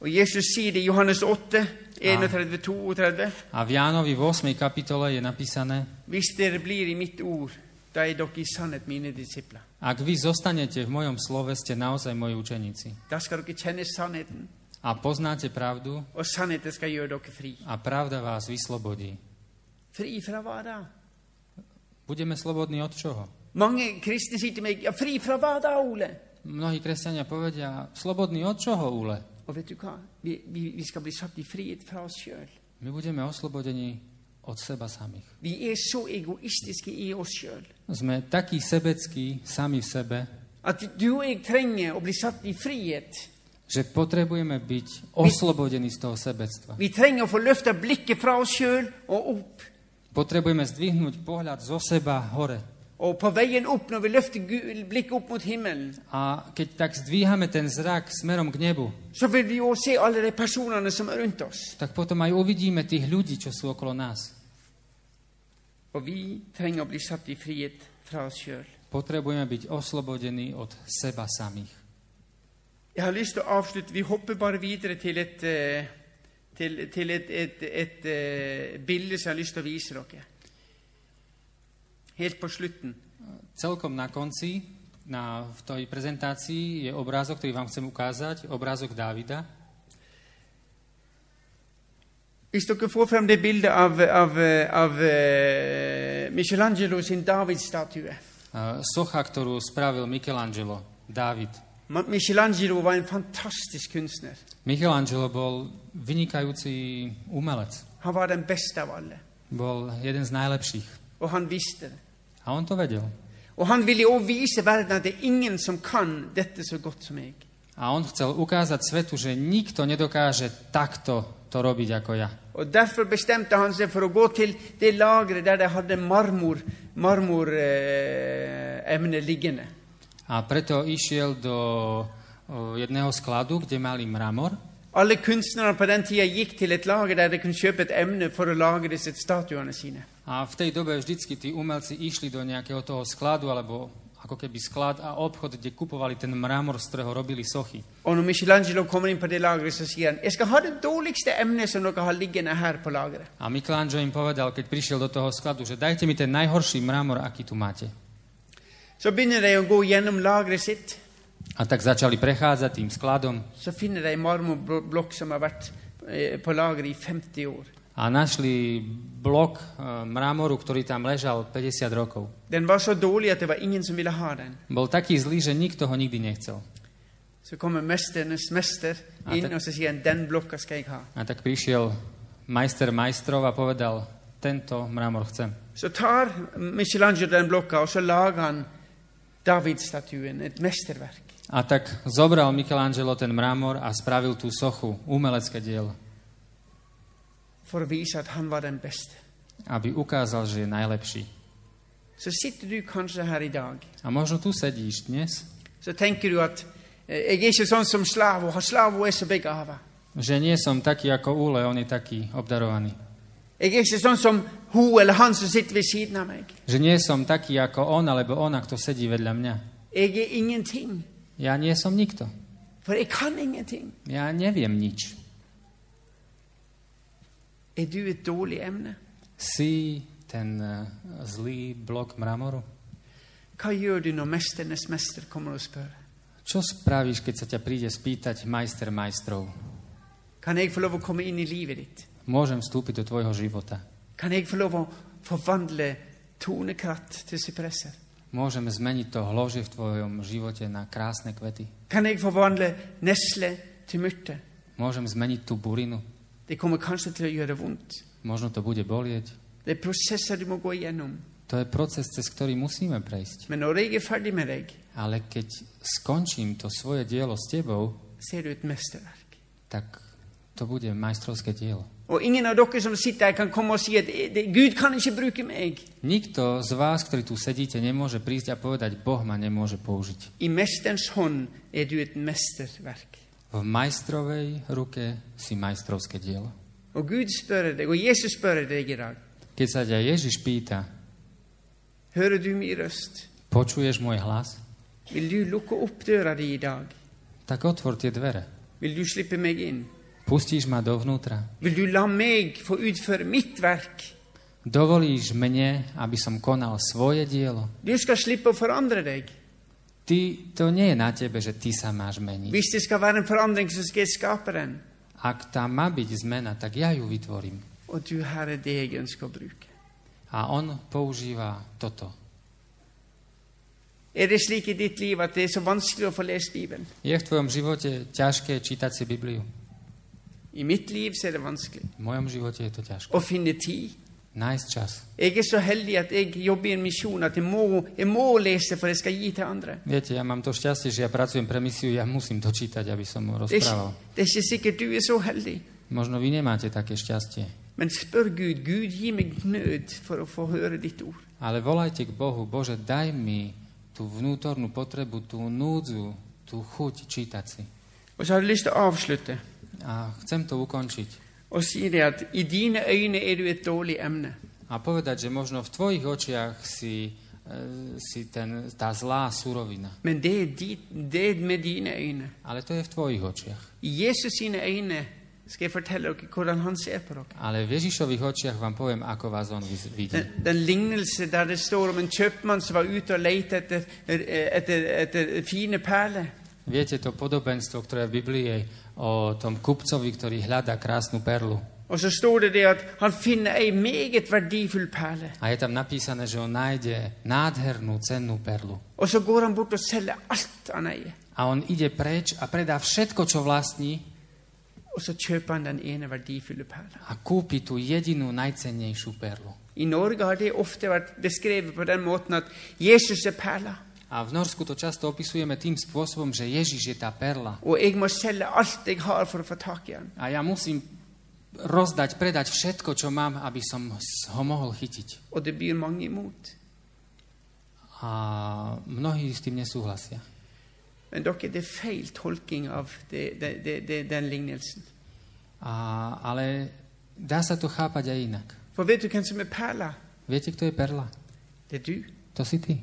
Speaker 1: Og Jesus sier det i Johannes 8, 31-32.
Speaker 2: A v Jánovi v 8. kapitole je napísané,
Speaker 1: Hvis dere blir i mitt ord, da er dere i sannhet mine disipler.
Speaker 2: ak vy zostanete v mojom slove, ste naozaj moji učeníci.
Speaker 1: Da skal dere kjenne sannheten,
Speaker 2: A poznáte pravdu
Speaker 1: og sannheten skal gjøre dere fri.
Speaker 2: a pravda vás vyslobodí.
Speaker 1: Fri fra hva da?
Speaker 2: Budeme slobodní od čoho?
Speaker 1: Mange kristne sier til meg ja, 'Fri fra hva da, Ole?'
Speaker 2: Mnohí kresťania povedia, slobodní od čoho, Ule?
Speaker 1: Og vet du hva? Vi, vi, vi skal bli satt i frihet fra oss sjøl.
Speaker 2: My budeme oslobodení od seba samých.
Speaker 1: Vi er så egoistiske i oss sjøl
Speaker 2: Sme takí sebeckí sami v sebe,
Speaker 1: at du og jeg trenger å bli satt i frihet.
Speaker 2: že potrebujeme byť oslobodení z toho sebectva.
Speaker 1: Vi trenger å få løfta blikket fra oss sjøl og opp.
Speaker 2: Potrebujeme zdvihnúť pohľad zo seba hore.
Speaker 1: Og på veien opp, når vi løfter Gu- blikket opp mot himmelen,
Speaker 2: A keď tak zdvíhame ten zrak smerom k nebu,
Speaker 1: så vil vi jo se alle de personene som er rundt oss.
Speaker 2: tak potom aj uvidíme tých ľudí, čo sú okolo nás.
Speaker 1: Og vi trenger å bli satt i frihet fra oss sjøl.
Speaker 2: Potrebujeme byť oslobodení od seba samých.
Speaker 1: Jeg har lyst til å avslutte Vi hopper bare videre til et, eh, til, til et, et, et, eh, bilde som jeg har lyst til å vise dere. Helt på slutten.
Speaker 2: Celkom na konci, na, v tej prezentácii je obrázok, ktorý vám chcem ukázať, obrázok E, Dávida.
Speaker 1: Hvis dere får frem det bildet av, av, eh, av eh, Michelangelo sin Davidsstatue
Speaker 2: Eh, Socha, ktorú spravil Michelangelo, Dávid.
Speaker 1: Ma- Michelangelo var en fantastisk kunstner.
Speaker 2: Michelangelo bol vynikajúci umelec.
Speaker 1: Han var den beste av alle,
Speaker 2: Bol jeden z najlepších.
Speaker 1: og han visste det.
Speaker 2: A on to vedel.
Speaker 1: Og han ville også vise verden at det er ingen som kan dette så godt som jeg.
Speaker 2: A on chcel ukázať svetu, že nikto nedokáže takto to robiť ako ja.
Speaker 1: Og Derfor bestemte han seg for å gå til det lageret der de hadde marmor, marmoremne eh, emne liggende.
Speaker 2: A preto išiel do o, jedného skladu, kde mali mramor.
Speaker 1: Alle kunstnerne på den tida gikk til et lager der de kunne kjøpe et emne for å lage disse statuene sine.
Speaker 2: A v tej dobe vždycky tí umelci išli do nejakého toho skladu, alebo ako keby sklad a obchod, kde kupovali ten mramor, z ktorého robili sochy.
Speaker 1: Og når Michelangelo kommer inn på det lageret, så sier han jeg skal ha det dårligste emnet som dere har liggende her på lageret.
Speaker 2: A Michelangelo im povedal, keď prišiel do toho skladu, že dajte mi ten najhorší mramor, aký tu máte.
Speaker 1: Så begynner de å gå gjennom lageret sitt.
Speaker 2: A tak začali prechádzať tým skladom
Speaker 1: Så finner de en marmorblokk som har vært eh, på lageret i 50 år.
Speaker 2: a našli blok e, mramoru, ktorý tam ležal 50 rokov.
Speaker 1: Den var så dårlig at det var ingen som ville ha den.
Speaker 2: Bol taký zlý, že nikto ho nikdy nechcel.
Speaker 1: Så kommer mesternes mester
Speaker 2: Ja,
Speaker 1: inn,
Speaker 2: det-
Speaker 1: og så sier han 'den blokka skal jeg ha'.
Speaker 2: A tak prišiel majster majstrov a povedal, tento mramor chcem.
Speaker 1: Så tar Michelangelo den blokka, og så lager han Davidstatuen, et mesterverk.
Speaker 2: A tak zobral Michelangelo ten mramor a spravil tú sochu, umelecké dielo,
Speaker 1: For å vise at han var den beste.
Speaker 2: aby ukázal, že je najlepší.
Speaker 1: Så sitter du kanskje her i dag,
Speaker 2: A možno tu sedíš dnes,
Speaker 1: så tenker du at eh, 'jeg er ikke sånn som Slavo', han Slavo er så begava.
Speaker 2: že nie som taký ako Ule, on je taký obdarovaný.
Speaker 1: 'Jeg er ikke sånn som hun eller han som sitter ved siden av meg'.
Speaker 2: Že nie som taký ako on alebo ona, kto sedí vedľa mňa.
Speaker 1: 'Jeg er ingenting,
Speaker 2: Ja nie som nikto.
Speaker 1: for jeg kan ingenting'.
Speaker 2: Ja neviem nič.
Speaker 1: Er du et dårlig emne?
Speaker 2: Si ten eh, zlý blok mramoru.
Speaker 1: Hva gjør du når mesternes mester kommer og spør?
Speaker 2: Čo spravíš, keď sa ťa príde spýtať majster majstrov?
Speaker 1: Kan jeg få lov å komme inn i livet ditt?
Speaker 2: Môžem vstúpiť do tvojho života.
Speaker 1: Kan jeg få lov å forvandle tornekratt til sypresser?
Speaker 2: Môžem zmeniť to hložie v tvojom živote na krásne kvety.
Speaker 1: Kan jeg forvandle nesle til myrte?
Speaker 2: Môžem zmeniť tú burinu.
Speaker 1: Det kommer kanskje til å gjøre vondt.
Speaker 2: Možno to bude bolieť.
Speaker 1: Det er prosesser du må gå igjennom.
Speaker 2: To je proces, cez ktorý musíme prejsť.
Speaker 1: Men når jeg er ferdig med deg,
Speaker 2: Ale keď skončím to svoje dielo s tebou,
Speaker 1: ser du et mesterverk.
Speaker 2: tak to bude majstrovské dielo.
Speaker 1: Og ingen av dere som sitter her, kan komme og si at eh, det- Gud kan ikke bruke meg.
Speaker 2: Nikto z vás, ktorí tu sedíte, nemôže prísť a povedať, Boh ma nemôže použiť.
Speaker 1: I mesterens hånd er du et mesterverk.
Speaker 2: V majstrovej ruke si majstrovské dielo.
Speaker 1: Og Gud spør deg, og Jesus spør deg i dag,
Speaker 2: Keď sa ťa Ježiš pýta,
Speaker 1: hører du min røst?
Speaker 2: počuješ môj hlas,
Speaker 1: Vil du lukke opp døra di i dag?
Speaker 2: tak otvor tie dvere.
Speaker 1: Vil du slippe meg inn?
Speaker 2: Pustíš ma dovnútra.
Speaker 1: Vil du la meg få utføre mitt verk?
Speaker 2: Dovolíš mne, aby som konal svoje dielo.
Speaker 1: Du skal slippe å forandre deg.
Speaker 2: Ty, to nie je na tebe, že ty sa máš meniť.
Speaker 1: Hvis det skal være en forandring, så skal jeg skape den.
Speaker 2: Ak tam má byť zmena, tak ja ju vytvorím.
Speaker 1: Og du, Herre, det jeg ønsker å bruke.
Speaker 2: A on používa toto.
Speaker 1: Er det slik i ditt liv at det er så vanskelig å få lest Bibelen?
Speaker 2: Je v tvojom živote ťažké čítať si Bibliu?
Speaker 1: I mitt liv så er det vanskelig
Speaker 2: V mojom živote je to ťažké.
Speaker 1: å finne tid.
Speaker 2: Nájsť čas.
Speaker 1: Jeg er så heldig at jeg jobber i en misjon at jeg må, jeg må lese for jeg skal gi til andre.
Speaker 2: Viete, ja mám to šťastie, že ja pracujem pre misiu, ja musím to čítať, aby som
Speaker 1: Det er, ikke,
Speaker 2: rozprával.
Speaker 1: det er ikke sikkert du er så heldig,
Speaker 2: Možno vy nemáte také šťastie,
Speaker 1: men spør Gud. Gud, gi meg nød for å få høre ditt ord.
Speaker 2: ale volajte k Bohu, Bože, daj mi tú vnútornú potrebu, tú núdzu, tú chuť čítať si.
Speaker 1: Og så har jeg lyst til å avslutte
Speaker 2: A chcem to ukončiť
Speaker 1: og si det at i dine øyne er du et dårlig emne.
Speaker 2: a povedať, že možno v tvojich očiach si, e, si ten, tá zlá surovina,
Speaker 1: Men det er, dit, det er med dine øyne.
Speaker 2: ale to je v tvojich očiach.
Speaker 1: I Jesus sine øyne skal jeg fortelle dere hvordan han ser på dere.
Speaker 2: Ale v Ježišových očiach vám poviem, ako vás on vis- vidí.
Speaker 1: Den, den lignelse der det står om en kjøpmann som var ute og lette etter, etter, etter fine perler.
Speaker 2: Viete to podobenstvo, ktoré je v Biblii o tom kupcovi, ktorý hľadá krásnu perlu.
Speaker 1: Og så står det det at han finner ei meget verdifull perle.
Speaker 2: A je tam napísané, že on nájde nádhernú cennú perlu.
Speaker 1: Og så går han bort og selger alt han eier.
Speaker 2: A on ide preč a predá všetko, čo vlastní
Speaker 1: Og så kjøper han den ene verdifulle perla.
Speaker 2: a kúpi tú jedinú najcennejšiu perlu.
Speaker 1: I Norge har det ofte vært beskrevet på den måten at Jesus er perla,
Speaker 2: A v Norsku to často opisujeme tým spôsobom, že Ježiš je tá perla.
Speaker 1: og jeg må selge alt jeg har for å få tak i han.
Speaker 2: A ja musím rozdať, predať všetko, čo mám, aby som s- ho mohol chytiť.
Speaker 1: Og det byr mange imot.
Speaker 2: A mnohí s tým nesúhlasia.
Speaker 1: Men dere, det er feil tolking av det, det, det, det, den lignelsen.
Speaker 2: A, ale dá sa to chápať aj inak.
Speaker 1: For vet du hvem som er perla?
Speaker 2: Viete, kto je perla?
Speaker 1: Det er du.
Speaker 2: To si ty.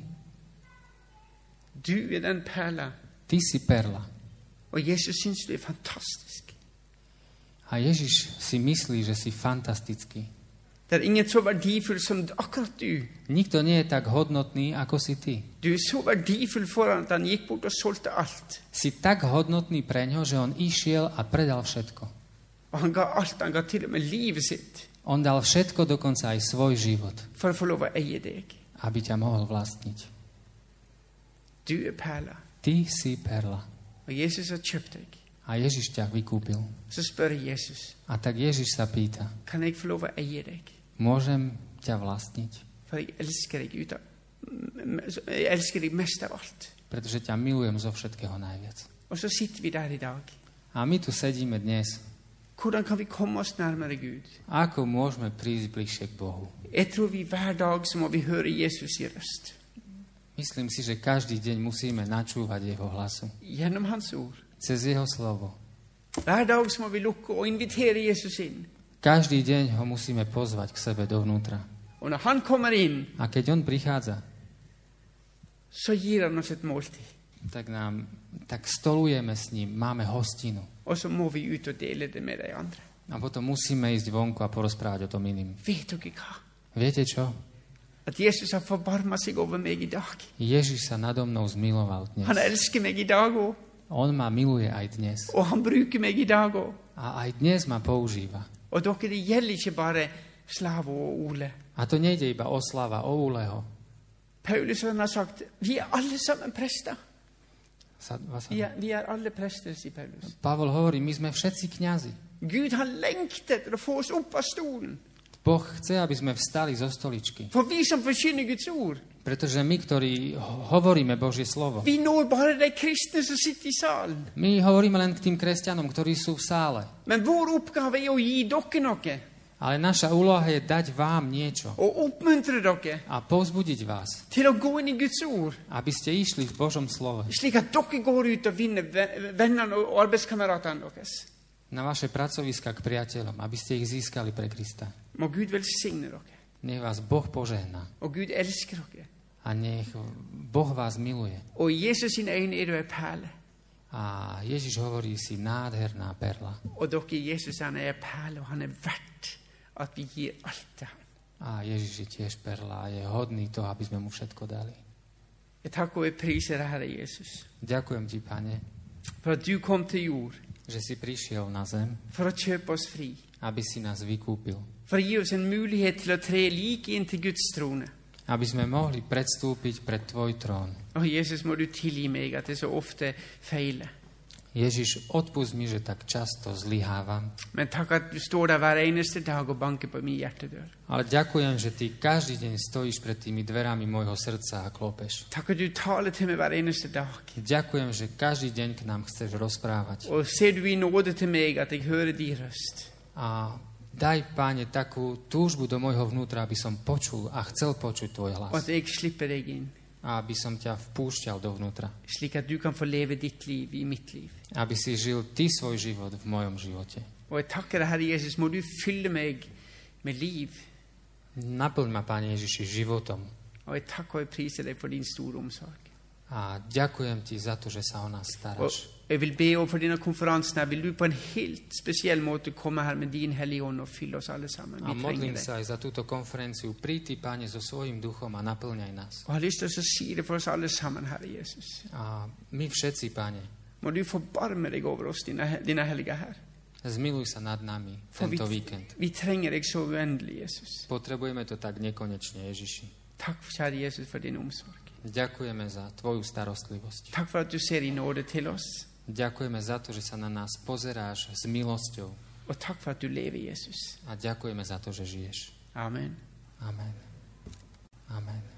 Speaker 1: Du er den perla.
Speaker 2: Ty si perla.
Speaker 1: Og Jesus syns du er fantastisk.
Speaker 2: A Ježiš si myslí, že si fantastický.
Speaker 1: Det er ingen så verdifull som akkurat du.
Speaker 2: Nikto nie je tak hodnotný, ako si ty.
Speaker 1: Du er så verdifull for han at han gikk bort og solgte alt.
Speaker 2: Si tak hodnotný pre ňo, že on išiel a predal všetko.
Speaker 1: Og han ga alt, han ga til og med livet sitt,
Speaker 2: On dal všetko, dokonca aj svoj život,
Speaker 1: for å få lov å eie deg.
Speaker 2: aby ťa mohol vlastniť.
Speaker 1: Du er perla,
Speaker 2: Ty si perla.
Speaker 1: og Jesus har kjøpt deg.
Speaker 2: A Ježiš ťa vykúpil.
Speaker 1: Så spør jeg Jesus,
Speaker 2: A tak Ježiš sa pýta,
Speaker 1: kan jeg få lov å eie deg?
Speaker 2: môžem ťa vlastniť?
Speaker 1: For jeg elsker deg ut av Jeg elsker deg mest av alt.
Speaker 2: Pretože ťa milujem zo všetkého najviac.
Speaker 1: Og så sitter vi der i dag.
Speaker 2: A my tu sedíme dnes.
Speaker 1: Hvordan kan vi komme oss nærmere Gud?
Speaker 2: Ako môžeme prísť bližšie k Bohu?
Speaker 1: Jeg tror vi hver dag så må vi høre Jesus i røst.
Speaker 2: Myslím si, že každý deň musíme načúvať Jeho hlasu.
Speaker 1: Gjennom Hans ord.
Speaker 2: Cez Jeho slovo.
Speaker 1: Hver dag så må vi lukke og invitere Jesus inn.
Speaker 2: Každý deň ho musíme pozvať k sebe dovnútra.
Speaker 1: Og når Han kommer inn,
Speaker 2: A keď on prichádza,
Speaker 1: så gir Han oss et måltid.
Speaker 2: tak, nám, tak stolujeme s ním, máme hostinu.
Speaker 1: Og så må vi ut og dele det med de andre.
Speaker 2: A potom musíme ísť vonku a porozprávať o tom iným.
Speaker 1: Vet dere hva?
Speaker 2: Viete čo?
Speaker 1: At Jesus har forbarma seg over meg i dag.
Speaker 2: Ježiš sa nado mnou zmiloval dnes.
Speaker 1: Han elsker meg i dag òg,
Speaker 2: On ma miluje aj dnes.
Speaker 1: og han bruker meg i dag òg.
Speaker 2: A aj dnes ma používa.
Speaker 1: Og dere, det gjelder ikke bare Slavo og Ole.
Speaker 2: A to nejde iba o slava, o úleho.
Speaker 1: Paulus han har sagt vi er alle sammen prester.
Speaker 2: Sa, vás-
Speaker 1: Vi er, vi er alle prester, sier Paulus.
Speaker 2: Pavol hovorí, my sme všetci kňazi.
Speaker 1: Gud han lengter etter å få oss opp av stolen.
Speaker 2: Boh chce, aby sme vstali zo stoličky.
Speaker 1: For vi som forkynner Guds ord,
Speaker 2: Pretože my, ktorí ho- hovoríme Božie slovo,
Speaker 1: vi når bare de kristne som sitter i salen.
Speaker 2: my hovoríme len k tým kresťanom, ktorí sú v sále.
Speaker 1: Men vår oppgave er å gi dere noe,
Speaker 2: Ale naša úloha je dať vám niečo
Speaker 1: og oppmuntre dere
Speaker 2: a povzbudiť vás,
Speaker 1: til å gå inn i Guds ord.
Speaker 2: aby ste išli v Božom slove.
Speaker 1: Slik at dere går ut og vinner ven- vennene og arbeidskameratene deres.
Speaker 2: Na vaše pracoviska k priateľom, aby ste ich získali pre Krista.
Speaker 1: Må Gud velsigne dere.
Speaker 2: Nech vás Boh požehná
Speaker 1: Og Gud elsker dere.
Speaker 2: a nech Boh vás miluje.
Speaker 1: Og i Jesus sine øyne er du ei perle.
Speaker 2: A Ježiš hovorí si nádherná perla.
Speaker 1: Og dere, Jesus han er ei perle, og han er verdt at vi gir alt til ham.
Speaker 2: A Ježiš je tiež perla a je hodný toho, aby sme mu všetko dali.
Speaker 1: Jeg takker og jeg priser deg, Herre Jesus,
Speaker 2: Ďakujem ti, pane,
Speaker 1: for at du kom til jord
Speaker 2: že si prišiel na zem,
Speaker 1: for å kjøpe oss fri.
Speaker 2: aby si nás vykúpil.
Speaker 1: for å gi oss en mulighet til å tre like inn til Guds trone.
Speaker 2: Aby sme mohli predstúpiť pred Tvoj trón.
Speaker 1: Å, Jesus, må du tilgi meg at jeg så ofte feiler.
Speaker 2: Ježiš, odpust mi, že tak často zlyhávam,
Speaker 1: Men takk at du står der hver eneste dag og banker på min hjertedør.
Speaker 2: ale ďakujem, že Ty každý deň stojíš pred tými dverami môjho srdca a klopeš.
Speaker 1: Takk at du taler til meg hver eneste dag.
Speaker 2: Ďakujem, že každý deň k nám chceš rozprávať.
Speaker 1: Og ser du i nåde til meg at jeg hører din røst.
Speaker 2: A daj, Páne, takú túžbu do môjho vnútra, aby som počul a chcel počuť Tvoj
Speaker 1: Og at
Speaker 2: hlas.
Speaker 1: jeg slipper deg inn,
Speaker 2: A aby som ťa vpúšťal dovnútra.
Speaker 1: slik at du kan få leve ditt liv i mitt liv.
Speaker 2: Aby si žil Ty svoj život v mojom živote.
Speaker 1: Og jeg takker deg, Herre Jesus, må du fylle meg med liv.
Speaker 2: Naplň ma, Pane Ježiši, životom.
Speaker 1: Og jeg takker og jeg priser deg for din store omsorg.
Speaker 2: A ďakujem Ti za to, že sa o nás
Speaker 1: Og
Speaker 2: staráš.
Speaker 1: jeg vil be overfor denne konferansen her, vil du på en helt spesiell måte komme her med din hellige ånd og fylle oss alle sammen. Vi
Speaker 2: A
Speaker 1: trenger
Speaker 2: modlím
Speaker 1: deg.
Speaker 2: sa aj za túto konferenciu. Príď Ty, Pane, so svojím duchom a naplňaj nás.
Speaker 1: Og jeg har lyst til å si det for oss alle sammen, Herre Jesus.
Speaker 2: A my všetci, Pane,
Speaker 1: Må du forbarme deg over oss denne, denne helga her.
Speaker 2: zmiluj sa nad nami
Speaker 1: For
Speaker 2: tento
Speaker 1: vi,
Speaker 2: víkend.
Speaker 1: vi trenger deg så uendelig, Jesus.
Speaker 2: Potrebujeme to tak nekonečne, Ježiši.
Speaker 1: Takk, kjære Jesus, for din omsorg.
Speaker 2: Ďakujeme za Tvoju starostlivosť.
Speaker 1: Takk for at du ser i nåde til oss,
Speaker 2: Ďakujeme za to, že sa na nás pozeráš s milosťou.
Speaker 1: og takk for at du lever, Jesus.
Speaker 2: A ďakujeme za to, že žiješ.
Speaker 1: Amen.
Speaker 2: Amen. Amen.